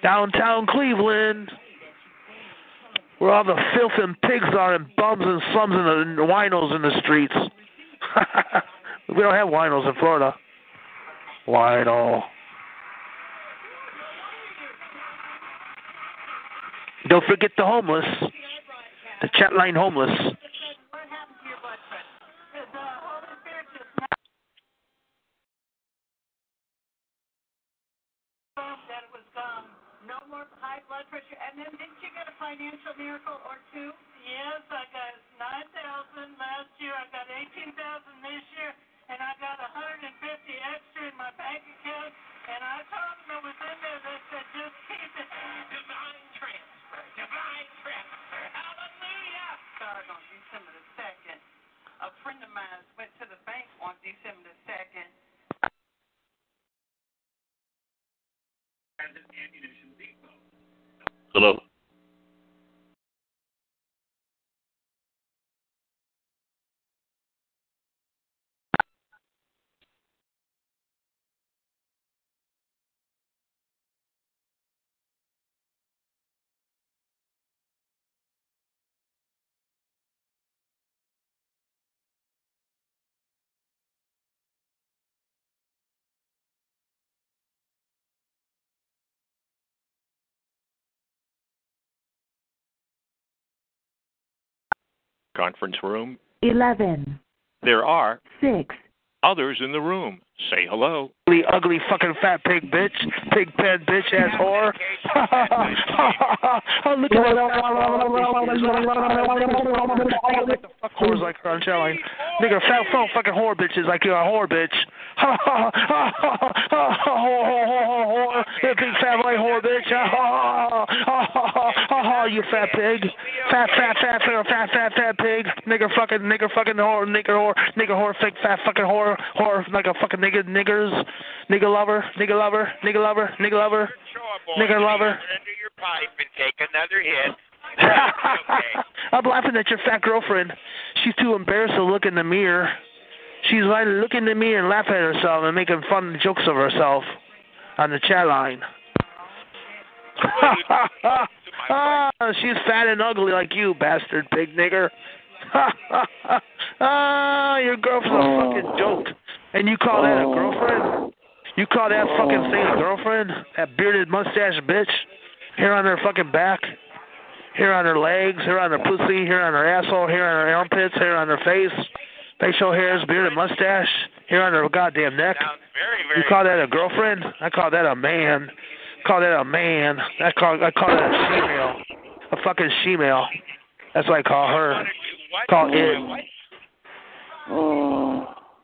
Speaker 2: Downtown Cleveland, where all the filth and pigs are, and bums and slums and the winos in the streets. *laughs* we don't have winos in Florida. Wino. Don't forget the homeless, the chat line homeless.
Speaker 9: that it was gone. No more high blood pressure. And then didn't you get a financial miracle or two? Yes, I got 9,000 last year. I got 18,000 this year. And I got 150 extra in my bank account. And I told them it was in there. They said, just keep it. Divine transfer. Divine transfer. Hallelujah. Started on December the 2nd. A friend of mine went to the bank on December the 2nd.
Speaker 15: Hello.
Speaker 1: Conference room.
Speaker 4: eleven,
Speaker 1: There are
Speaker 4: six,
Speaker 1: others in the room. Say hello.
Speaker 2: Ugly, ugly fucking fat pig bitch, pig pen bitch ass whore. oh, *laughs* look at that. Nigga, like the fuck whores like her on chat line. Nigga, fat phone fucking whore bitches like you're a whore bitch. *laughs* whore, whore, whore, whore. You're a big fat white whore bitch. *laughs* you fat pig. Fat, fat, fat, fat, fat, fat, fat pig. Nigga fucking, nigga fucking whore, nigga whore, nigga whore, fake fat fucking whore, whore, like a fucking nigga, niggers. Nigga lover, nigga lover, nigga lover, nigga lover, nigga lover.
Speaker 6: Under your pipe and take another
Speaker 2: *laughs*
Speaker 6: hit.
Speaker 2: I'm laughing at your fat girlfriend. She's too embarrassed to look in the mirror. She's like looking in the mirror and laughing at herself and making fun jokes of herself on the chat line. *laughs* ah, she's fat and ugly like you, bastard pig nigger. *laughs* ah, your girlfriend's a fucking joke. And you call that a girlfriend? You call that fucking thing a girlfriend? That bearded mustache bitch? Hair on her fucking back? Hair on her legs? Hair on her pussy? Hair on her asshole? Hair on her armpits? Hair on her face? Facial hairs? Bearded mustache? Hair on her goddamn neck? You call that a girlfriend? I call that a man. Call that a man. I call I call that a female. A fucking female. That's what I call her. Call it.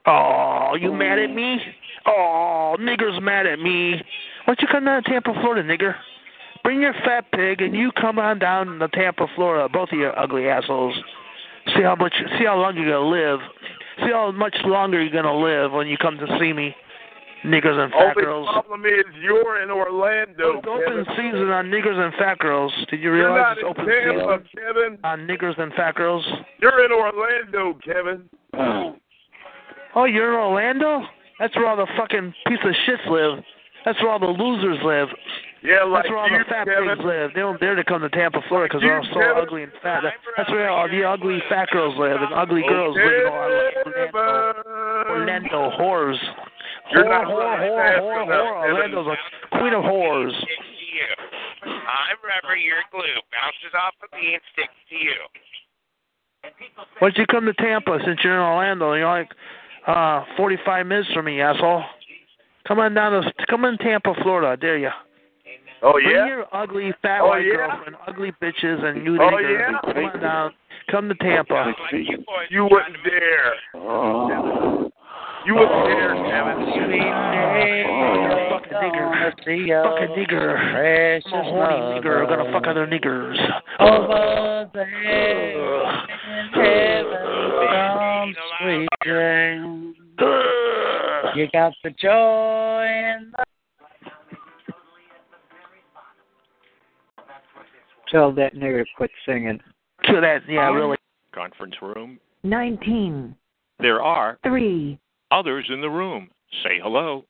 Speaker 2: Oh, you mad at me? Oh, nigger's mad at me. Why don't you come down to Tampa, Florida, nigger? Bring your fat pig and you come on down to Tampa, Florida, both of you ugly assholes. See how much, see how long you're gonna live. See how much longer you're gonna live when you come to see me, niggers and fat
Speaker 7: Only
Speaker 2: girls.
Speaker 7: problem is you're in Orlando.
Speaker 2: It's open
Speaker 7: Kevin.
Speaker 2: season on niggers and fat girls. Did you
Speaker 7: You're
Speaker 2: realize
Speaker 7: not
Speaker 2: it's
Speaker 7: in
Speaker 2: open
Speaker 7: Tampa,
Speaker 2: season
Speaker 7: Kevin.
Speaker 2: on niggers and fat girls?
Speaker 7: You're in Orlando, Kevin.
Speaker 2: Oh, you're in Orlando? That's where all the fucking piece of shits live. That's where all the losers live.
Speaker 7: Yeah, like
Speaker 2: That's where all
Speaker 7: you,
Speaker 2: the fat
Speaker 7: Kevin.
Speaker 2: pigs live. They don't dare to come to Tampa, Florida, because they're all so
Speaker 7: Kevin.
Speaker 2: ugly and fat. That's where all the ugly fat girls live and ugly girls live in Orlando. Orlando whores.
Speaker 6: You're
Speaker 2: whore,
Speaker 6: not
Speaker 2: whore,
Speaker 6: really
Speaker 2: whore,
Speaker 6: fat
Speaker 2: whore,
Speaker 6: enough,
Speaker 2: whore.
Speaker 6: Kevin.
Speaker 2: Orlando's a queen of whores.
Speaker 6: to you. I'm rubber, you're glue. Bounces off of me and sticks to you.
Speaker 2: Why don't you come to Tampa since you're in Orlando? You're like uh, 45 minutes from me, asshole. Come on down to come in Tampa, Florida. I dare you.
Speaker 7: Oh
Speaker 2: Bring
Speaker 7: yeah.
Speaker 2: your ugly fat
Speaker 7: Oh,
Speaker 2: white
Speaker 7: yeah?
Speaker 2: girlfriend, ugly bitches, and you
Speaker 7: Oh,
Speaker 2: niggers.
Speaker 7: yeah?
Speaker 2: Come on down. Come to Tampa.
Speaker 7: You wouldn't dare. You wouldn't dare, Kevin.
Speaker 2: Fuck a nigger. Fuck a nigger. I'm a horny nigger. I'm gonna fuck other niggers.
Speaker 4: over the heaven, some sweet dream. You got the joy and the tell that nigger to quit singing.
Speaker 2: Kill that. Yeah, really.
Speaker 1: Conference room.
Speaker 15: 19,
Speaker 1: There are
Speaker 15: 3,
Speaker 1: others in the room. Say hello.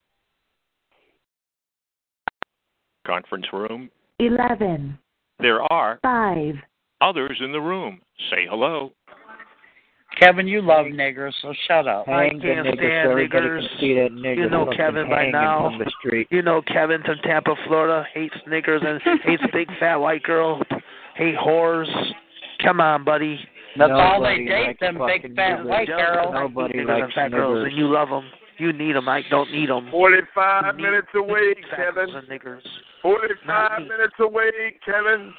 Speaker 1: Conference room.
Speaker 15: 11,
Speaker 1: There are
Speaker 15: 5,
Speaker 1: others in the room. Say hello.
Speaker 4: Kevin, you love niggers, so shut up.
Speaker 1: I can't stand niggers.
Speaker 4: You know Kevin by now.
Speaker 2: You know Kevin from Tampa, Florida, hates niggers and
Speaker 4: *laughs*
Speaker 2: hates big fat white girls, hate whores. Come on, buddy.
Speaker 4: That's all they date, them big fat white girls.
Speaker 2: Nobody likes fat girls, and you love them. You need them. I don't need them.
Speaker 7: 45 minutes away, Kevin.
Speaker 2: niggers.
Speaker 7: 45 minutes away, Kevin.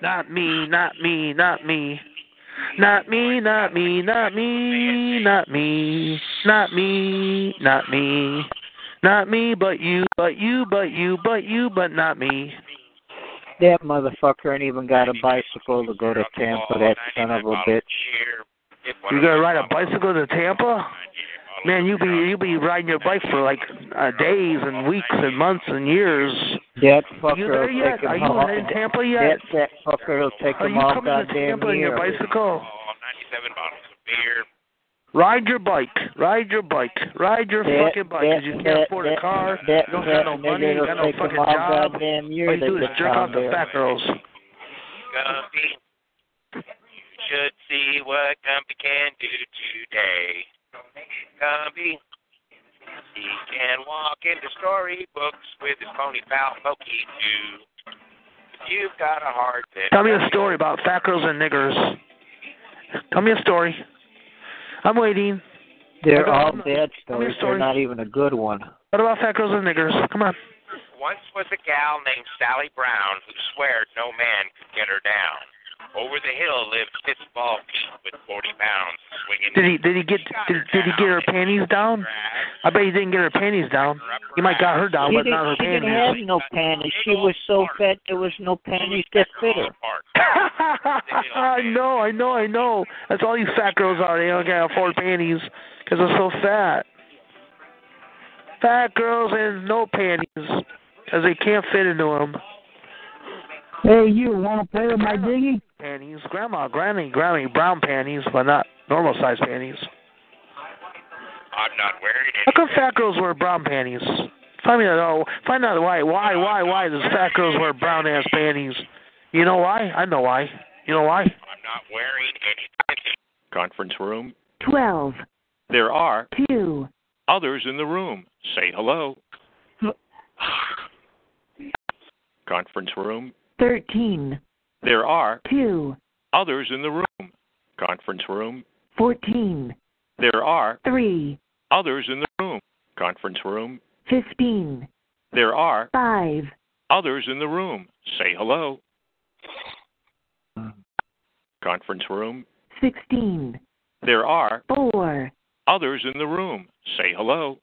Speaker 2: Not me, not me, not me. Not me, not me, not me, not me, not me, not me. Not me, but you, but you, but you, but you, but not me.
Speaker 16: That motherfucker ain't even got a bicycle to go to Tampa, that son of a bitch.
Speaker 2: You gonna ride a bicycle to Tampa? Man, you be you be riding your bike for like uh, days and weeks and months and years.
Speaker 16: That
Speaker 2: you
Speaker 16: fucker
Speaker 2: there
Speaker 16: will
Speaker 2: yet?
Speaker 16: take him
Speaker 2: Are you
Speaker 16: all.
Speaker 2: in Tampa yet?
Speaker 16: That fat fucker will take
Speaker 2: Are
Speaker 16: him
Speaker 2: you
Speaker 16: all
Speaker 2: coming to
Speaker 16: goddamn
Speaker 2: Tampa on
Speaker 16: year.
Speaker 2: your bicycle?
Speaker 6: Seven bottles of beer.
Speaker 2: Ride your bike. Ride your bike. Ride your
Speaker 16: That-
Speaker 2: fucking bike 'cause you
Speaker 16: that-
Speaker 2: can't
Speaker 16: that-
Speaker 2: afford a car.
Speaker 16: That
Speaker 2: you don't
Speaker 16: fat
Speaker 2: have no
Speaker 16: nigga
Speaker 2: money. You
Speaker 16: will
Speaker 2: got no
Speaker 16: take
Speaker 2: fucking
Speaker 16: him all
Speaker 2: job.
Speaker 16: goddamn year
Speaker 2: All you
Speaker 16: that
Speaker 2: do is
Speaker 16: gets
Speaker 2: jerk
Speaker 16: out
Speaker 2: off the
Speaker 16: there.
Speaker 2: fat girls.
Speaker 6: Gumpy. You should see what Gumpy can do today. Gumpy. He can walk into storybooks with his pony pal Pokey too. If you've got a heart that
Speaker 2: Tell me a story about fat girls and niggers. Tell me a story. I'm waiting. I
Speaker 16: They're
Speaker 2: got
Speaker 16: all
Speaker 2: one.
Speaker 16: bad
Speaker 2: Tell me
Speaker 16: stories. They're
Speaker 2: a story.
Speaker 16: not even a good one.
Speaker 2: What about fat girls and niggers? Come on.
Speaker 6: Once was a gal named Sally Brown who swore no man could get her down. Over the hill lived Fistball Pete with 40 pounds swinging.
Speaker 2: Did he did he get did, did he get her panties down? I bet he didn't get her panties down. He might got her down,
Speaker 16: She
Speaker 2: but
Speaker 16: didn't,
Speaker 2: not her
Speaker 16: she didn't have
Speaker 2: *laughs* panties.
Speaker 16: no panties. She was so fat there was no panties that fit her.
Speaker 2: *laughs* I know, I know, I know. That's all these fat girls are. They don't can afford panties because they're so fat. Fat girls and no panties because they can't fit into them.
Speaker 17: Hey, you want to play with my dinghy?
Speaker 2: Panties, grandma, granny, granny, brown panties, but not normal size panties.
Speaker 6: I'm not wearing
Speaker 2: How come fat girls wear brown panties? Find me out. oh, Find out why. Why? Why? Why does fat girls wear brown ass panties? You know why? I know why. You know why?
Speaker 6: I'm not wearing any
Speaker 1: Conference room.
Speaker 15: 12,
Speaker 1: There are
Speaker 15: 2,
Speaker 1: others in the room. Say hello. Conference room.
Speaker 15: 13,
Speaker 1: There are
Speaker 15: 2,
Speaker 1: others in the room. Conference room.
Speaker 15: 14,
Speaker 1: There are
Speaker 15: 3,
Speaker 1: others in the room. Conference room.
Speaker 15: 15,
Speaker 1: There are
Speaker 15: 5,
Speaker 1: others in the room. Say hello. Conference room.
Speaker 15: 16,
Speaker 1: There are
Speaker 15: 4,
Speaker 1: others in the room. Say hello.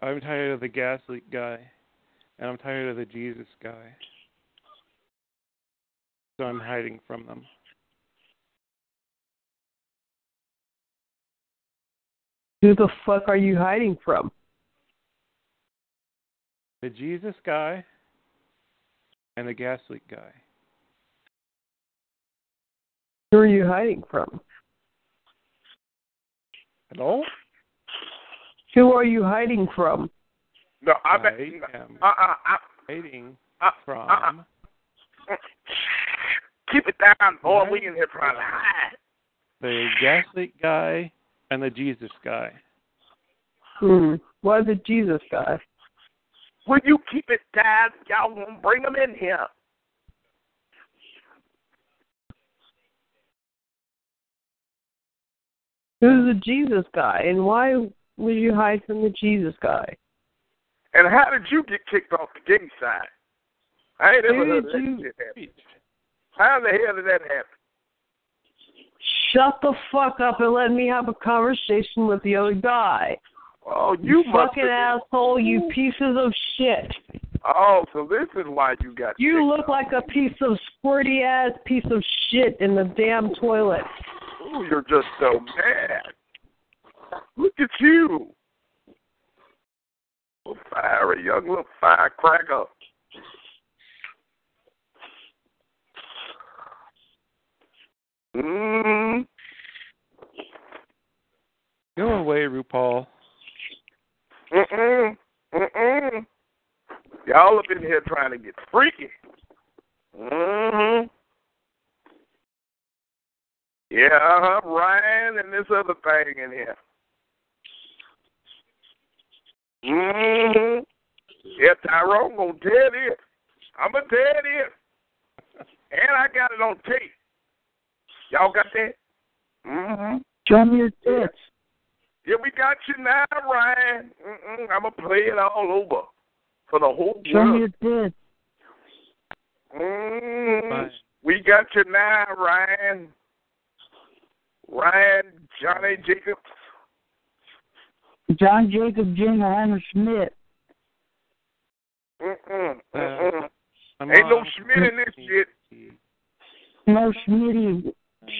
Speaker 12: I'm tired of the gas leak guy, and I'm tired of the Jesus guy. So I'm hiding from them.
Speaker 17: Who the fuck are you hiding from?
Speaker 12: The Jesus guy and the gas leak guy.
Speaker 17: Who are you hiding from?
Speaker 12: Hello?
Speaker 17: Who are you hiding from?
Speaker 7: No, I
Speaker 12: bet. am
Speaker 7: Uh uh. I,
Speaker 12: hiding
Speaker 7: uh,
Speaker 12: from.
Speaker 7: uh. Keep it down, boy. We in here trying to hide.
Speaker 12: the gaslight guy and the Jesus guy.
Speaker 17: Hmm. Why the Jesus guy?
Speaker 7: Will you keep it down? Y'all won't bring them in here.
Speaker 17: Who's the Jesus guy? And why would you hide from the Jesus guy?
Speaker 7: And how did you get kicked off the gay side? I ain't ever
Speaker 17: Who
Speaker 7: heard
Speaker 17: did
Speaker 7: that shit happen. How in the hell did that happen?
Speaker 17: Shut the fuck up and let me have a conversation with the other guy.
Speaker 7: Oh, you must
Speaker 17: fucking
Speaker 7: have been-
Speaker 17: asshole! You pieces of shit!
Speaker 7: Oh, so this is why you got
Speaker 17: You look like a piece of squirty ass piece of shit in the damn toilet.
Speaker 7: Ooh, you're just so mad. Look at you. Little fiery young little firecracker. Mm. Y'all up in here trying to get freaky. Mm-hmm. Yeah, uh-huh, Ryan and this other thing in here. Mm-hmm. Yeah, Tyrone gonna tell this. I'm gonna tell this. And I got it on tape. Y'all got that? Mm-hmm.
Speaker 16: Show me your tits.
Speaker 7: Yeah, we got you now, Ryan. Mm-mm, I'm gonna play it all over for the whole
Speaker 16: Show me
Speaker 7: world.
Speaker 16: your tits.
Speaker 7: Mm, we got you now, Ryan. Ryan Johnny Jacobs.
Speaker 16: John Jacob Jr. Homer Smith.
Speaker 7: Mm-mm, mm-mm.
Speaker 16: Uh, I'm
Speaker 7: Ain't no
Speaker 16: on.
Speaker 7: Schmidt in this shit.
Speaker 16: No Schmitty.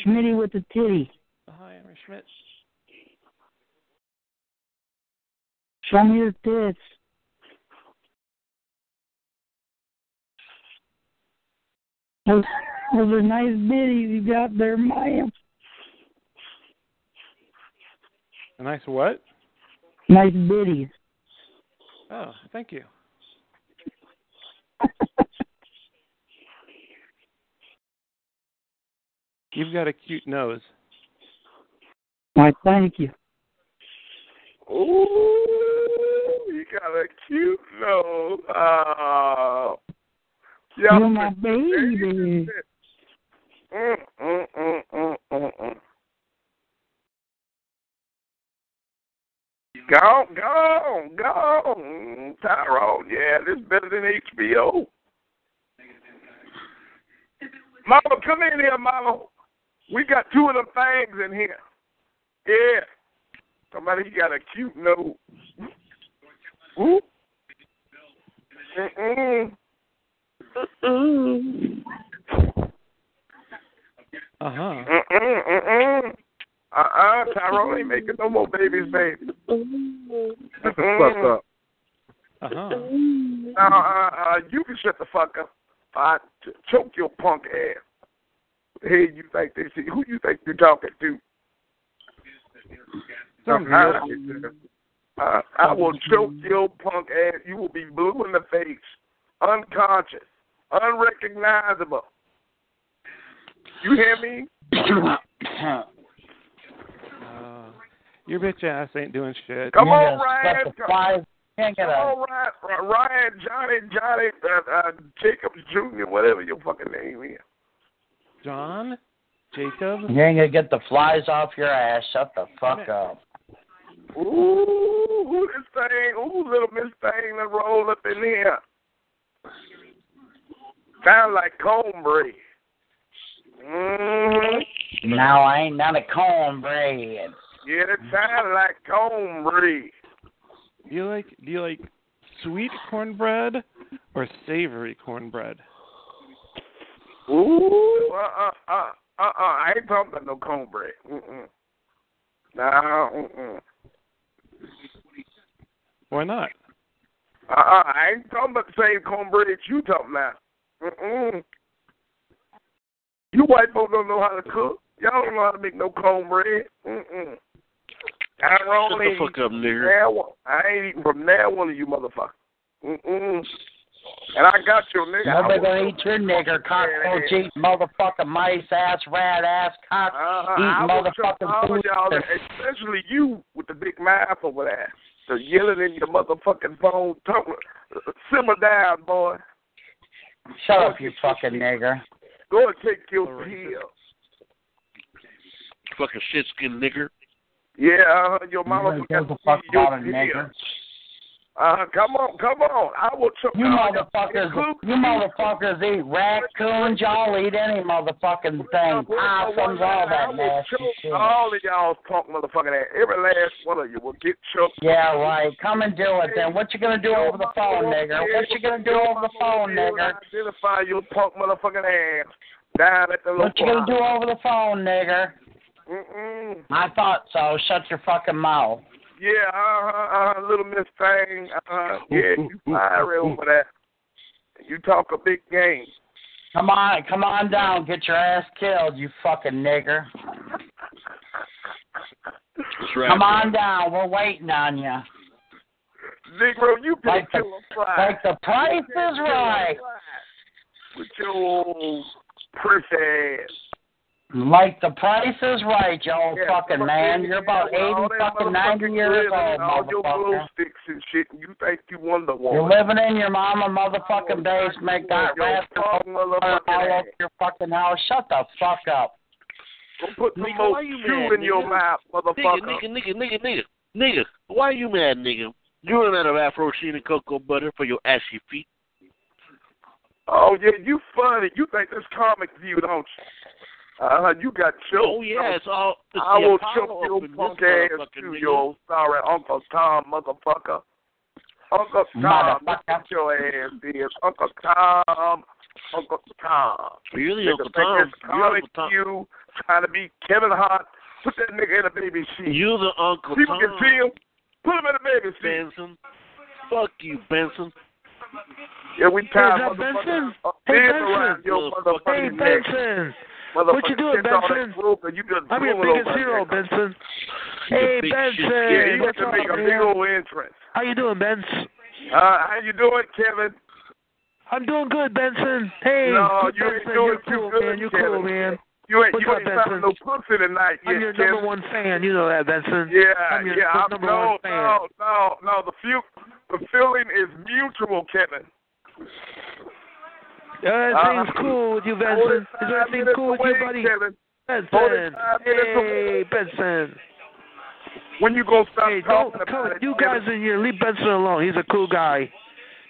Speaker 16: Schmitty with the titty.
Speaker 3: Hi, Henry Schmidt.
Speaker 16: Show me your
Speaker 17: *laughs*
Speaker 16: tits. Those, those are nice bitties you got there, Maya.
Speaker 12: A nice what?
Speaker 16: Nice bitties.
Speaker 12: Oh, thank
Speaker 16: *laughs*
Speaker 12: you. You've got a cute nose.
Speaker 16: Why, thank you.
Speaker 7: Ooh, you got a cute nose. Oh. Yeah,
Speaker 16: You're my baby. *laughs*
Speaker 7: Mm, mm, mm, mm, mm, mm. Go, go, go, Tyrone. Yeah, this is better than HBO. Mama, come in here, Mama. We got two of them things in here. Yeah. Somebody got a cute nose. Ooh.
Speaker 12: Mm-hmm.
Speaker 7: Mm-mm. Mm-mm.
Speaker 12: Uh huh.
Speaker 7: Mm-mm, mm-mm. Uh-uh, Tyrone ain't making no more babies, baby.
Speaker 14: Shut the fuck up.
Speaker 12: Uh-huh.
Speaker 7: Uh, uh, uh, you can shut the fuck up. I ch- choke your punk ass. Hey, you think this? is- Who you think you're talking to? I, I, I will choke your punk ass. You will be blue in the face, unconscious, unrecognizable. You hear
Speaker 12: *coughs*
Speaker 7: me?
Speaker 12: Uh, your bitch ass ain't doing shit.
Speaker 7: Come on, Ryan. Come on,
Speaker 12: can't get
Speaker 7: Ryan. Ryan, Johnny, Johnny, uh, uh, Jacob Jr., whatever your fucking name is.
Speaker 12: John? Jacob?
Speaker 18: You ain't gonna get the flies off your ass. Shut the fuck up.
Speaker 7: Ooh, who this thing? Ooh, little Miss Thing that rolled up in here. Sound like cornbread. Mm-hmm.
Speaker 18: Now I ain't none of cornbread.
Speaker 7: Yeah, it sound like cornbread.
Speaker 12: Do you like do you like sweet cornbread or savory cornbread?
Speaker 7: Ooh, uh, uh, uh, uh, uh. I ain't talking about no cornbread. Mm-mm. Nah, mm-mm.
Speaker 12: Why not?
Speaker 7: Uh, uh, I ain't talking about the same cornbread that you talking about. Mm-mm. You white folks don't know how to cook. Y'all don't know how to make no cornbread. Mm-mm. Tyrone ain't
Speaker 19: fuck up,
Speaker 7: eating from
Speaker 19: nigger.
Speaker 7: now on- I ain't eating from now one of you motherfuckers. Mm-mm. And I got your nigga. I
Speaker 18: Nobody
Speaker 7: will-
Speaker 18: gonna eat your nigger, cockroach eating motherfucking mice ass, rat ass, cock
Speaker 7: Uh-huh.
Speaker 18: eating
Speaker 7: I will show
Speaker 18: motherfucking
Speaker 7: all of
Speaker 18: food.
Speaker 7: y'all, that, especially you with the big mouth over there. The yelling in your motherfucking phone. Talk, simmer down, boy.
Speaker 18: Shut up, you fucking nigger.
Speaker 7: Go and take your pill.
Speaker 19: Fucking shit skin nigger.
Speaker 7: Yeah, uh, your mama
Speaker 18: You
Speaker 7: forgot
Speaker 18: little
Speaker 7: to feed your
Speaker 18: fuck about a
Speaker 7: pill.
Speaker 18: nigger.
Speaker 7: Uh, come on, come on. I will choke
Speaker 18: You
Speaker 7: all your-
Speaker 18: motherfuckers, you motherfuckers eat raccoons. Y'all eat any motherfucking thing. Possums, all that nasty shit.
Speaker 7: All of y'all punk motherfucking ass. Every last one of you will get choked.
Speaker 18: Yeah, right. Come and do it then. What you gonna do over the phone, nigger? What you gonna do over the phone, nigger?
Speaker 7: Identify your punk motherfucking ass down at the
Speaker 18: What you gonna
Speaker 7: local
Speaker 18: do over the phone, nigger?
Speaker 7: Mm-mm.
Speaker 18: I thought so. Shut your fucking mouth.
Speaker 7: Yeah, uh-huh, uh-huh, little Miss Thing. Uh-huh. Yeah, you fiery over that. You talk a big game.
Speaker 18: Come on, come on down. Get your ass killed, you fucking nigger.
Speaker 19: That's
Speaker 18: Come on down. We're waiting on you.
Speaker 7: Negro, you can
Speaker 18: Like the-
Speaker 7: kill a fly.
Speaker 18: like the Price
Speaker 7: You can
Speaker 18: is
Speaker 7: kill a
Speaker 18: Right.
Speaker 7: fly With your old prick ass.
Speaker 18: Like the price is right, y'all
Speaker 7: Yeah,
Speaker 18: fucking man. You're about
Speaker 7: yeah, with all
Speaker 18: eighty
Speaker 7: that
Speaker 18: fucking
Speaker 7: motherfucking
Speaker 18: ninety years
Speaker 7: glitter
Speaker 18: old,
Speaker 7: and All your glow
Speaker 18: motherfucker.
Speaker 7: sticks and shit. and You think you Wonder Woman?
Speaker 18: You're living in your mama motherfucking basement, got
Speaker 7: Yo,
Speaker 18: rascal
Speaker 7: fuck
Speaker 18: all
Speaker 7: motherfucking ass.
Speaker 18: over your fucking house. Shut the fuck up.
Speaker 7: Go put some
Speaker 8: Nigga,
Speaker 7: more
Speaker 8: why you
Speaker 7: chew
Speaker 8: mad,
Speaker 7: in your
Speaker 8: nigga?
Speaker 7: mouth,
Speaker 8: Nigga,
Speaker 7: motherfucker.
Speaker 8: nigga, nigga, nigga, nigga, nigga. Why are you mad, nigga? You run out of Afro sheen and cocoa butter for your ashy feet.
Speaker 7: Oh yeah, you funny. You think this comic view, don't you? Uh, you got choked.
Speaker 8: Oh, yeah, it's all- it's
Speaker 7: I
Speaker 8: the
Speaker 7: will
Speaker 8: Apollo
Speaker 7: choke
Speaker 8: up
Speaker 7: your
Speaker 8: in this
Speaker 7: punk ass
Speaker 8: motherfucking
Speaker 7: too,
Speaker 8: nigga.
Speaker 7: you old sorry Uncle Tom, motherfucker. Uncle Tom,
Speaker 8: Motherfucker.
Speaker 7: look at your ass is Uncle Tom, Uncle Tom.
Speaker 8: Really,
Speaker 7: nigga,
Speaker 8: Uncle
Speaker 7: think
Speaker 8: Tom.
Speaker 7: This
Speaker 8: You're
Speaker 7: comic
Speaker 8: Uncle Tom.
Speaker 7: view trying to be Kevin Hart. Put that nigga in a baby seat.
Speaker 8: You the Uncle
Speaker 7: People
Speaker 8: Tom.
Speaker 7: can see him. Put him in a baby seat.
Speaker 8: Benson. Fuck you, Benson.
Speaker 7: Yeah, we tired
Speaker 8: Hey, is that
Speaker 7: motherfucker.
Speaker 8: Benson?
Speaker 7: Uh,
Speaker 8: Hey,
Speaker 7: being
Speaker 8: Benson.
Speaker 7: around your
Speaker 8: Motherfucker.
Speaker 7: motherfucking
Speaker 8: Hey,
Speaker 7: neck.
Speaker 8: Benson.
Speaker 7: Motherfucker,
Speaker 8: What you doing,
Speaker 7: shit's all that
Speaker 8: Benson?
Speaker 7: group and you just
Speaker 2: I'm your
Speaker 7: drooling
Speaker 2: biggest
Speaker 7: over that
Speaker 2: hero,
Speaker 7: nigga.
Speaker 2: Benson.
Speaker 7: You
Speaker 2: Hey,
Speaker 7: big
Speaker 2: Benson.
Speaker 7: shit. Yeah, you
Speaker 2: what's
Speaker 7: got to
Speaker 2: up,
Speaker 7: make a big
Speaker 2: man?
Speaker 7: old entrance.
Speaker 2: How you doing, Benz?
Speaker 7: Uh, how you doing, Kevin?
Speaker 2: I'm doing good, Benson. Hey,
Speaker 7: no,
Speaker 2: good
Speaker 7: you ain't
Speaker 2: Benson,
Speaker 7: doing
Speaker 2: you're
Speaker 7: too
Speaker 2: cool,
Speaker 7: good,
Speaker 2: man. You're
Speaker 7: Kevin.
Speaker 2: cool, man.
Speaker 7: You ain't,
Speaker 2: What's
Speaker 7: you
Speaker 2: up,
Speaker 7: ain't stopping no
Speaker 2: Benson?
Speaker 7: pussy tonight
Speaker 2: I'm
Speaker 7: yet,
Speaker 2: your
Speaker 7: Kevin.
Speaker 2: number one fan. You know that, Benson.
Speaker 7: Yeah,
Speaker 2: I'm your
Speaker 7: yeah, I'm,
Speaker 2: number
Speaker 7: no,
Speaker 2: one fan.
Speaker 7: no, no, no. The, feel, the feeling is mutual, Kevin.
Speaker 2: Everything's
Speaker 7: Uh,
Speaker 2: cool with you, Benson.
Speaker 7: Forty-five
Speaker 2: Is everything
Speaker 7: minutes
Speaker 2: cool with
Speaker 7: away,
Speaker 2: you, buddy?
Speaker 7: Kevin.
Speaker 2: Benson.
Speaker 7: Forty-five minutes
Speaker 2: Hey,
Speaker 7: away.
Speaker 2: Benson.
Speaker 7: When you gonna stop
Speaker 2: hey,
Speaker 7: talking
Speaker 2: don't,
Speaker 7: about it,
Speaker 2: You
Speaker 7: Kevin?
Speaker 2: guys in here, leave Benson alone. He's a cool guy.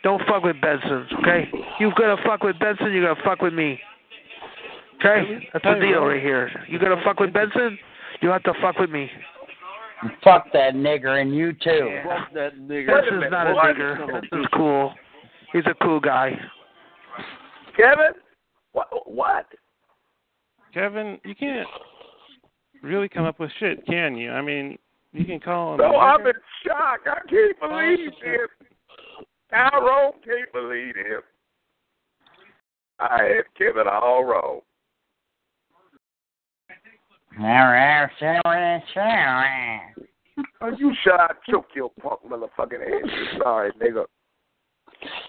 Speaker 2: Don't fuck with Benson, okay? You're gonna fuck with Benson, you're gonna fuck with me. Okay? That's the deal right here. You gonna fuck with Benson, you have to fuck with me.
Speaker 18: Fuck that nigger and you too.
Speaker 8: Fuck that nigga.
Speaker 2: Benson's not a nigger. Benson's cool. He's a cool guy.
Speaker 7: Kevin? What? what?
Speaker 12: Kevin, you can't really come up with shit, can you? I mean, you can call him.
Speaker 7: No,
Speaker 12: a
Speaker 7: I'm
Speaker 12: nigger.
Speaker 7: in shock. I can't believe this. Tyrone can't believe this. I had Kevin all wrong. Oh, you shy choke your punk motherfucking ass. You Sorry, nigga.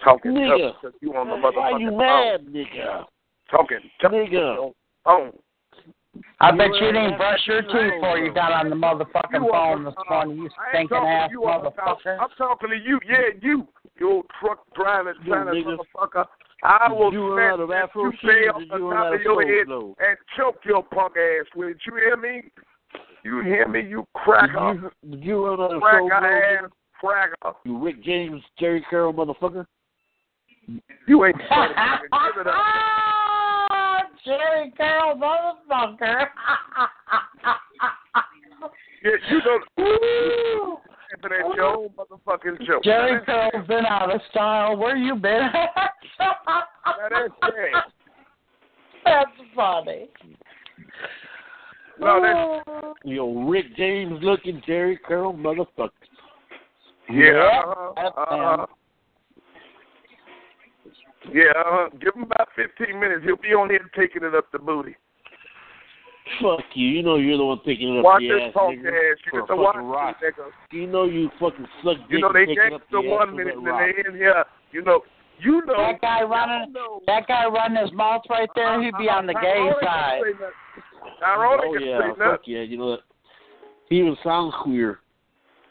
Speaker 7: Talking
Speaker 8: Nigga.
Speaker 7: tough because you on the motherfucking
Speaker 8: Why you
Speaker 7: phone.
Speaker 8: mad, nigga?
Speaker 7: Talking tough.
Speaker 8: Nigga.
Speaker 7: Oh,
Speaker 18: I bet you didn't brush your teeth before you got on the motherfucking phone this morning, you
Speaker 7: I ain't
Speaker 18: stinking
Speaker 7: talking
Speaker 18: ass
Speaker 7: to you. I'm,
Speaker 18: motherfucker.
Speaker 7: talking, I'm talking to you. Yeah, you. You old truck driving,
Speaker 8: You
Speaker 7: trying
Speaker 8: nigga.
Speaker 7: motherfucker. I will
Speaker 8: You
Speaker 7: you
Speaker 8: run out of
Speaker 7: snap
Speaker 8: Afro
Speaker 7: you
Speaker 8: shit
Speaker 7: pay off
Speaker 8: and
Speaker 7: the
Speaker 8: you run
Speaker 7: top
Speaker 8: out
Speaker 7: of
Speaker 8: of
Speaker 7: your head
Speaker 8: soul glow.
Speaker 7: and choke your punk ass with it. You hear me? You hear me? You cracker.
Speaker 8: You, you run out of soul glow.
Speaker 7: Cracker
Speaker 8: nigga.
Speaker 7: ass cracker.
Speaker 8: You Rick James, Jerry Carroll, motherfucker.
Speaker 7: You ain't funny. nigga. Give it up.
Speaker 18: *laughs* Jerry Carroll,
Speaker 7: *laughs*
Speaker 18: motherfucker.
Speaker 7: Yeah, you
Speaker 8: *laughs*
Speaker 7: don't. After that Joe motherfucking joke.
Speaker 18: Jerry Carroll's been *laughs* out of style. Where you been? *laughs*
Speaker 7: Now that's sad.
Speaker 18: That's funny.
Speaker 7: No, that's
Speaker 18: *laughs*
Speaker 8: You Rick James looking Jerry Carroll, motherfucker.
Speaker 7: yeah. Uh-huh, uh-huh. Yeah, uh-huh. give him about fifteen minutes. He'll be on here taking it up the booty.
Speaker 8: Fuck you. You know you're the one picking it up
Speaker 7: uh-huh. Watch
Speaker 8: the
Speaker 7: this
Speaker 8: ass,
Speaker 7: punk
Speaker 8: nigga.
Speaker 7: ass. You
Speaker 8: for a
Speaker 7: get to
Speaker 8: fucking
Speaker 7: watch
Speaker 8: rock.
Speaker 7: these niggas.
Speaker 8: You know you fucking suck dick
Speaker 7: You know
Speaker 8: and
Speaker 7: they
Speaker 8: picking up the
Speaker 7: gangster
Speaker 8: ass
Speaker 7: one
Speaker 8: for
Speaker 7: minute
Speaker 8: that
Speaker 7: and
Speaker 8: rock.
Speaker 7: they in here. You know, you know.
Speaker 18: That guy running, that guy running his mouth right there. He'd be on the gay side.
Speaker 7: Tyrone
Speaker 8: oh
Speaker 7: can
Speaker 8: yeah,
Speaker 7: say
Speaker 8: fuck
Speaker 7: nothing.
Speaker 8: yeah. You know that. He even sounds queer.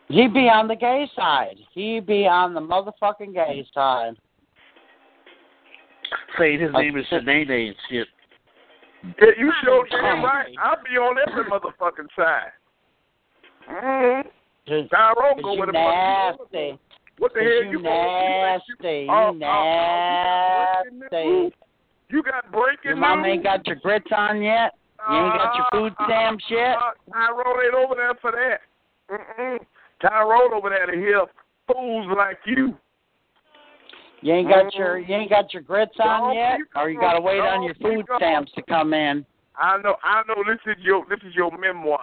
Speaker 18: He'd be on the gay side. He'd be on the motherfucking gay side.
Speaker 8: Saying his name is Shanae and shit.
Speaker 7: Yeah, you sure damn right. I'll be on every motherfucking side. Mm-hmm. Tyrone go
Speaker 18: you
Speaker 7: with a
Speaker 18: nasty.
Speaker 7: What the
Speaker 18: Cause
Speaker 7: hell
Speaker 18: you
Speaker 7: you gonna-
Speaker 18: nasty.
Speaker 7: You, oh,
Speaker 18: You
Speaker 7: oh, oh, you got breaking news. You
Speaker 18: nasty.
Speaker 7: got breaking
Speaker 18: Your mama
Speaker 7: news.
Speaker 18: ain't got your grits on yet. You ain't got your food stamps yet.
Speaker 7: Uh, Tyrone ain't over there for that. Mm-mm. Tyrone over there to hear fools like you.
Speaker 18: You ain't got your you ain't got your grits on
Speaker 7: Dog,
Speaker 18: yet,
Speaker 7: you
Speaker 18: or you gotta
Speaker 7: gone.
Speaker 18: wait on your
Speaker 7: Dog, you
Speaker 18: food
Speaker 7: gone.
Speaker 18: stamps to come in.
Speaker 7: I know. I know. This is your. This is your memoir.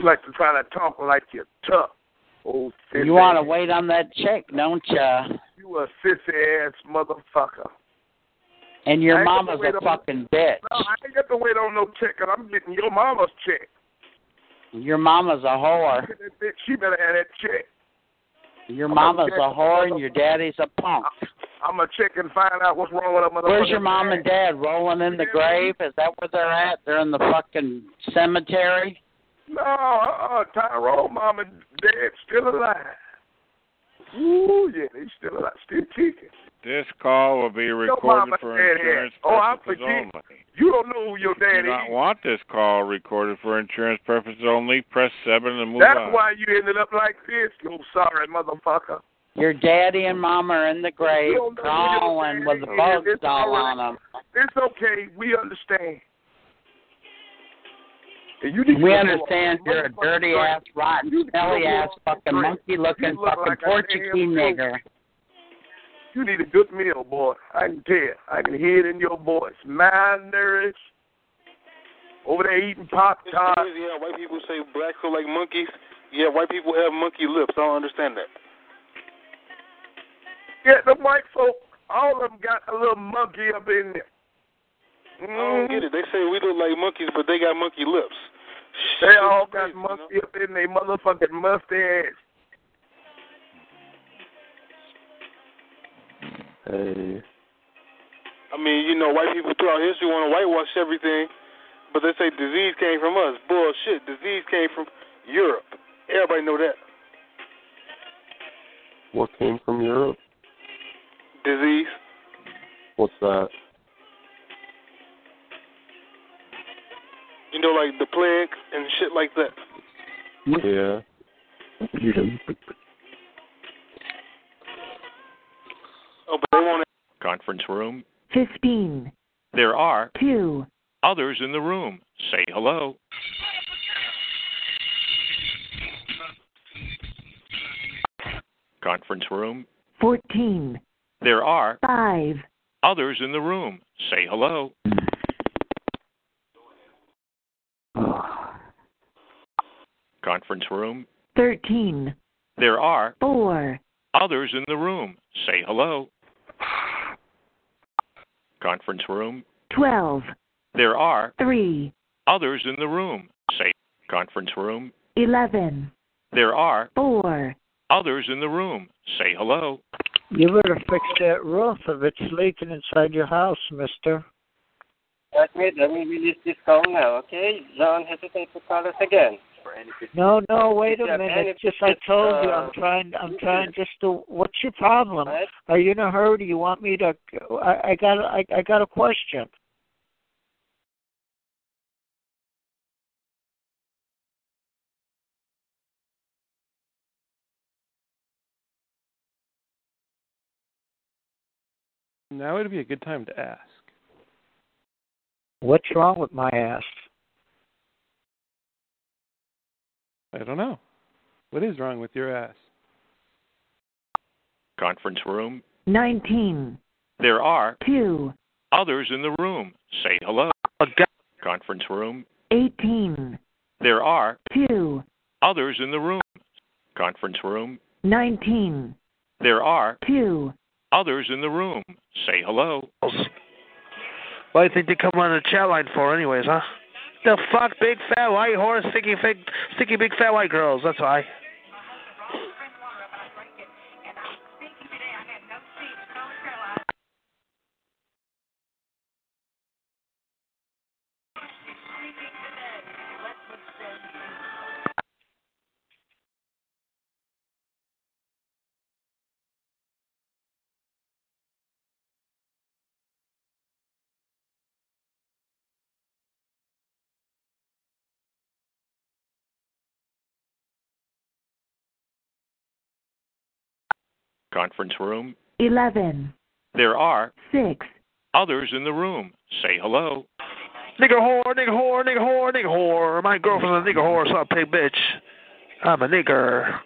Speaker 7: You like to try to talk like you're tough. Oh, sissy.
Speaker 18: You wanna wait on that check, don't ya?
Speaker 7: You a sissy ass motherfucker.
Speaker 18: And
Speaker 7: I
Speaker 18: your
Speaker 7: ain't gonna
Speaker 18: mama's
Speaker 7: wait
Speaker 18: a
Speaker 7: on-
Speaker 18: fucking bitch.
Speaker 7: No, Oh, I ain't got to wait on no check. i I'm getting your mama's check.
Speaker 18: Your mama's a whore.
Speaker 7: That bitch, She better have that check.
Speaker 18: Your mama's a whore and your daddy's a punk.
Speaker 7: I'm gonna check and find out what's wrong with a motherfucker.
Speaker 18: Where's your mom and dad? Rolling in the grave? Is that where they're at? They're in the fucking cemetery?
Speaker 7: No, uh, uh Tyrone, mom and dad still alive. Ooh, yeah, they still alive, still kicking.
Speaker 13: This call will be
Speaker 7: Your
Speaker 13: recorded
Speaker 7: mama
Speaker 13: for
Speaker 7: and dad.
Speaker 13: insurance
Speaker 7: Oh, I
Speaker 13: purposes
Speaker 7: forget.
Speaker 13: only.
Speaker 7: You don't know who your
Speaker 13: If you
Speaker 7: dad
Speaker 13: do not
Speaker 7: is.
Speaker 13: want this call recorded for insurance purposes only, press 7 and move
Speaker 7: That's
Speaker 13: on.
Speaker 7: why you ended up like this. You sorry motherfucker.
Speaker 18: Your daddy and mama are in the grave,
Speaker 7: You don't know who your
Speaker 18: crawling with the
Speaker 7: daddy is.
Speaker 18: bugs
Speaker 7: It's all
Speaker 18: all
Speaker 7: right.
Speaker 18: on them.
Speaker 7: It's okay. We understand.
Speaker 18: We understand you're a dirty ass, rotten, smelly ass, fucking monkey looking
Speaker 7: You look
Speaker 18: fucking
Speaker 7: like a
Speaker 18: Portuguese
Speaker 7: damn goat.
Speaker 18: nigger.
Speaker 7: You need a good meal, boy. I can tell. I can hear it in your voice. Malnourished. Over there eating pop tarts.
Speaker 20: crazy how white people say blacks look like monkeys. Yeah, white people have monkey lips. I don't understand that.
Speaker 7: Yeah, the white folk, all of them got a little monkey up in there.
Speaker 20: I don't get it. They say we look like monkeys, but they got monkey lips.
Speaker 7: Mm-hmm. They all got monkey up in their motherfucking mustache.
Speaker 20: Hey. I mean, you know, white people throughout history want to whitewash everything, but they say disease came from us. Bullshit. Disease came from Europe. Everybody know that.
Speaker 11: What came from Europe?
Speaker 20: Disease.
Speaker 11: What's that?
Speaker 20: You know, like the plague and shit like that.
Speaker 11: Yeah.
Speaker 1: Oh, but they won't.
Speaker 12: Conference room.
Speaker 15: 15,
Speaker 1: There are
Speaker 15: 2,
Speaker 1: others in the room. Say hello. Conference room.
Speaker 15: 14,
Speaker 1: There are
Speaker 15: 5,
Speaker 1: others in the room. Say hello. Conference room.
Speaker 15: 13,
Speaker 1: There are
Speaker 15: 4,
Speaker 1: others in the room. Say hello. Conference room.
Speaker 15: 12,
Speaker 1: There are
Speaker 15: 3,
Speaker 1: others in the room. Say conference room.
Speaker 15: 11,
Speaker 1: There are
Speaker 15: 4.
Speaker 1: others in the room. Say hello.
Speaker 19: You better fix that roof if it's leaking inside your house, mister.
Speaker 21: Let me let me release this call now, okay? Don't hesitate to call us again.
Speaker 19: No, no, wait a
Speaker 21: If you have
Speaker 19: minute.
Speaker 21: any-
Speaker 19: Just I told you, I'm
Speaker 21: uh,
Speaker 19: trying. I'm trying just to. What's your problem? Are you in a hurry? Do you want me to? I, I got. a- I, I got a question.
Speaker 12: Now would be a good time to ask.
Speaker 19: What's wrong with my ass?
Speaker 12: I don't know. What is wrong with your ass?
Speaker 1: Conference room.
Speaker 15: 19,
Speaker 1: There are
Speaker 15: 2,
Speaker 1: others in the room. Say hello. Conference room.
Speaker 15: 18,
Speaker 1: There are
Speaker 15: 2,
Speaker 1: others in the room. Conference room.
Speaker 15: 19,
Speaker 1: There are
Speaker 15: 2,
Speaker 1: others in the room. Say hello.
Speaker 2: Why do you think they come on the chat line for, anyways, huh? The fuck, big fat white horse, sticky, fig, sticky, big fat white girls. That's why.
Speaker 1: Conference room.
Speaker 15: 11,
Speaker 1: There are
Speaker 15: 6,
Speaker 1: others in the room. Say hello.
Speaker 2: Nigga whore, nigga whore, nigga whore, nigga whore. My girlfriend's a nigga whore, so I pay bitch. I'm a nigger.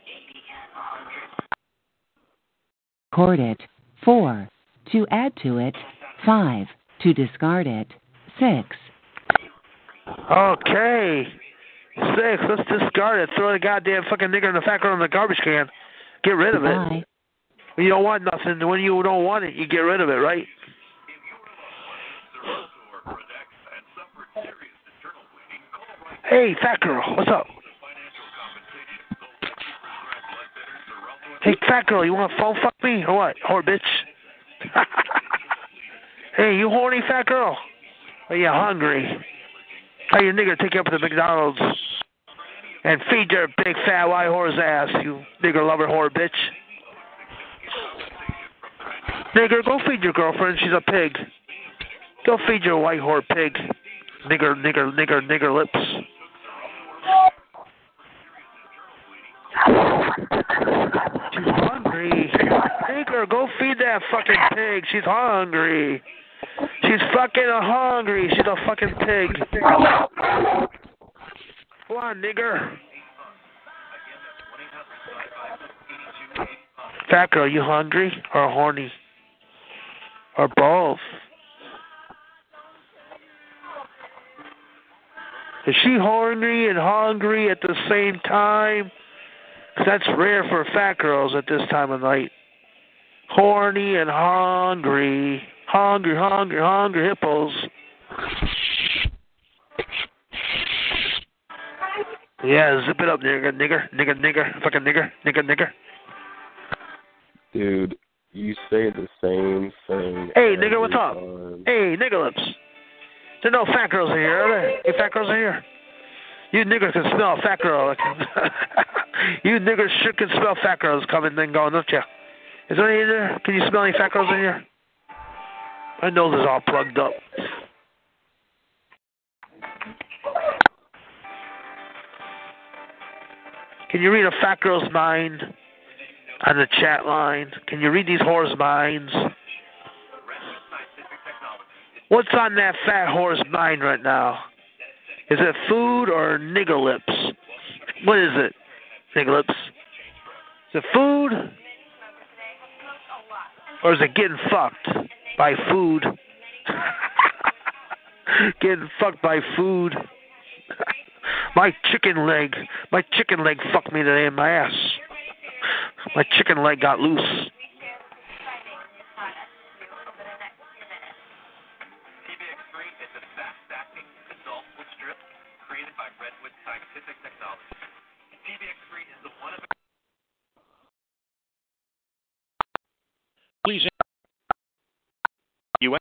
Speaker 22: Record it. 4. To add to it. 5. To discard it. 6.
Speaker 2: Okay. Six, let's discard it. Throw the goddamn fucking nigger in the fat girl in the garbage can. Get rid of it. When You don't want nothing. When you don't want it, you get rid of it, right? Hey, fat girl, what's up? Hey, fat girl, you want to phone fuck me or what? Whore bitch. *laughs* hey, you horny fat girl? Are you hungry? Tell your nigger to take you up to the McDonald's and feed your big fat white whore's ass, you nigger lover whore bitch. Nigger, go feed your girlfriend. She's a pig. Go feed your white whore pig. Nigger, nigger, nigger, nigger lips. She's hungry. Nigger, go feed that fucking pig. She's hungry. She's fucking hungry. She's a fucking pig. Come on, nigger. Fat girl, you hungry or horny? Or both? Is she horny and hungry at the same time? 'Cause that's rare for fat girls at this time of night. Horny and hungry. Hungry, hungry, hungry hippos. Yeah, zip it up, nigger, nigger, nigger, nigger, fucking nigger, nigger, nigger.
Speaker 23: Dude, you say the same thing.
Speaker 2: Hey, nigger, what's up?
Speaker 23: every time.
Speaker 2: Hey, nigger lips. There no fat girls in here, are there? Any fat girls in here? You niggers can smell fat girl. *laughs* you niggers sure can smell fat girls coming and going, don't you? Is there any in there? Can you smell any fat girls in here? My nose is all plugged up. Can you read a fat girl's mind on the chat line? Can you read these whores' minds? What's on that fat whore's mind right now? Is it food or nigger lips? What is it, nigger lips? Is it food or is it getting fucked by food? *laughs* getting fucked by food. *laughs* my chicken leg, my chicken leg fucked me today in my ass. My chicken leg got loose.
Speaker 17: Please. You.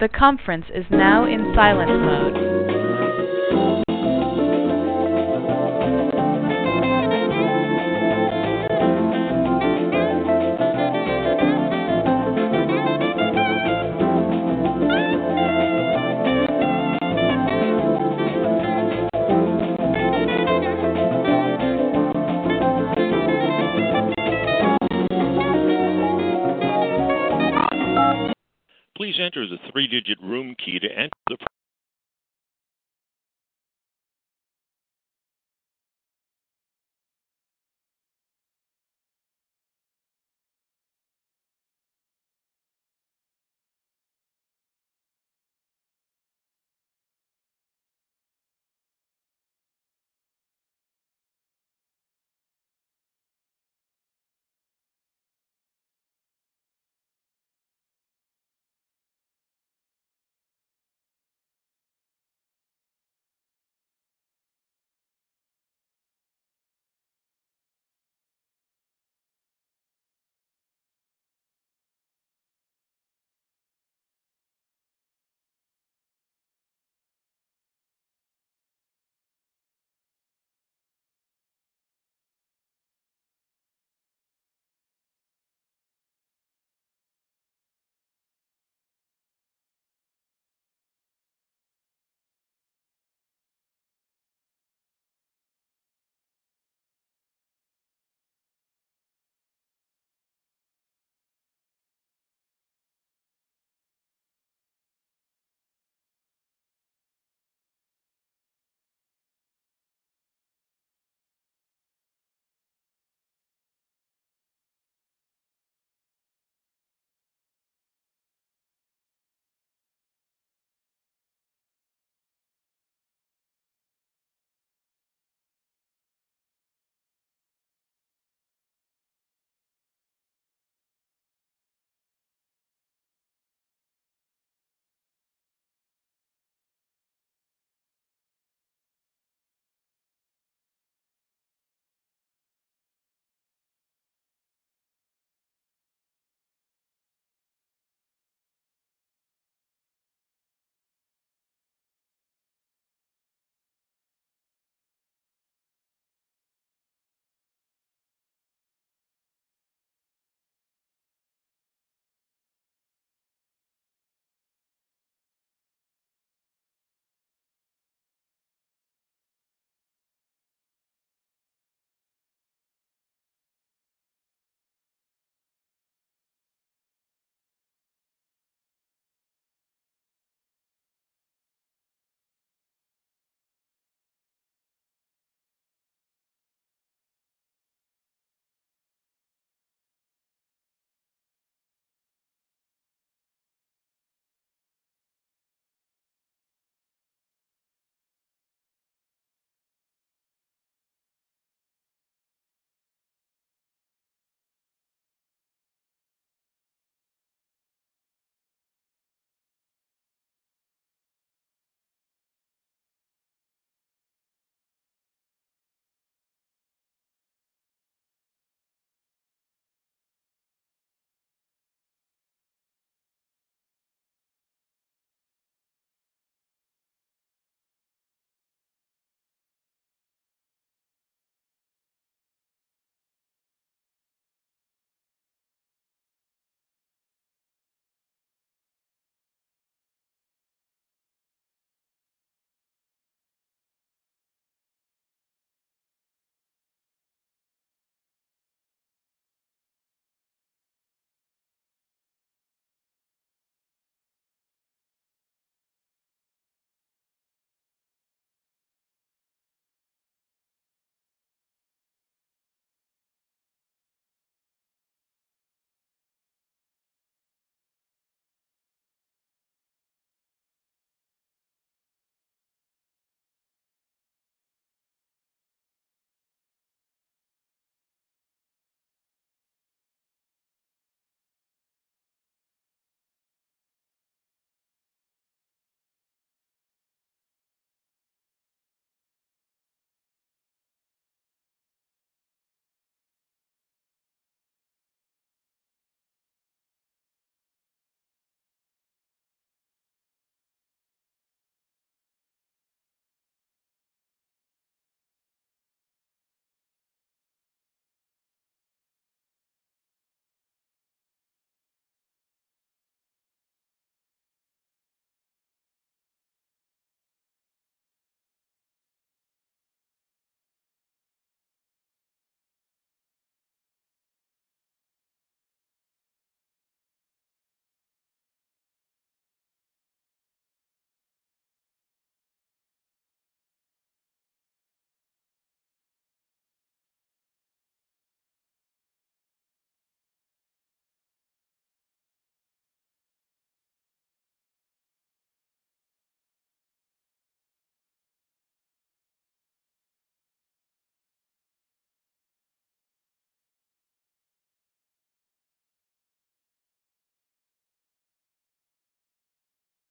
Speaker 9: The conference is now in silent mode.
Speaker 17: Please enter the three-digit room key to enter the.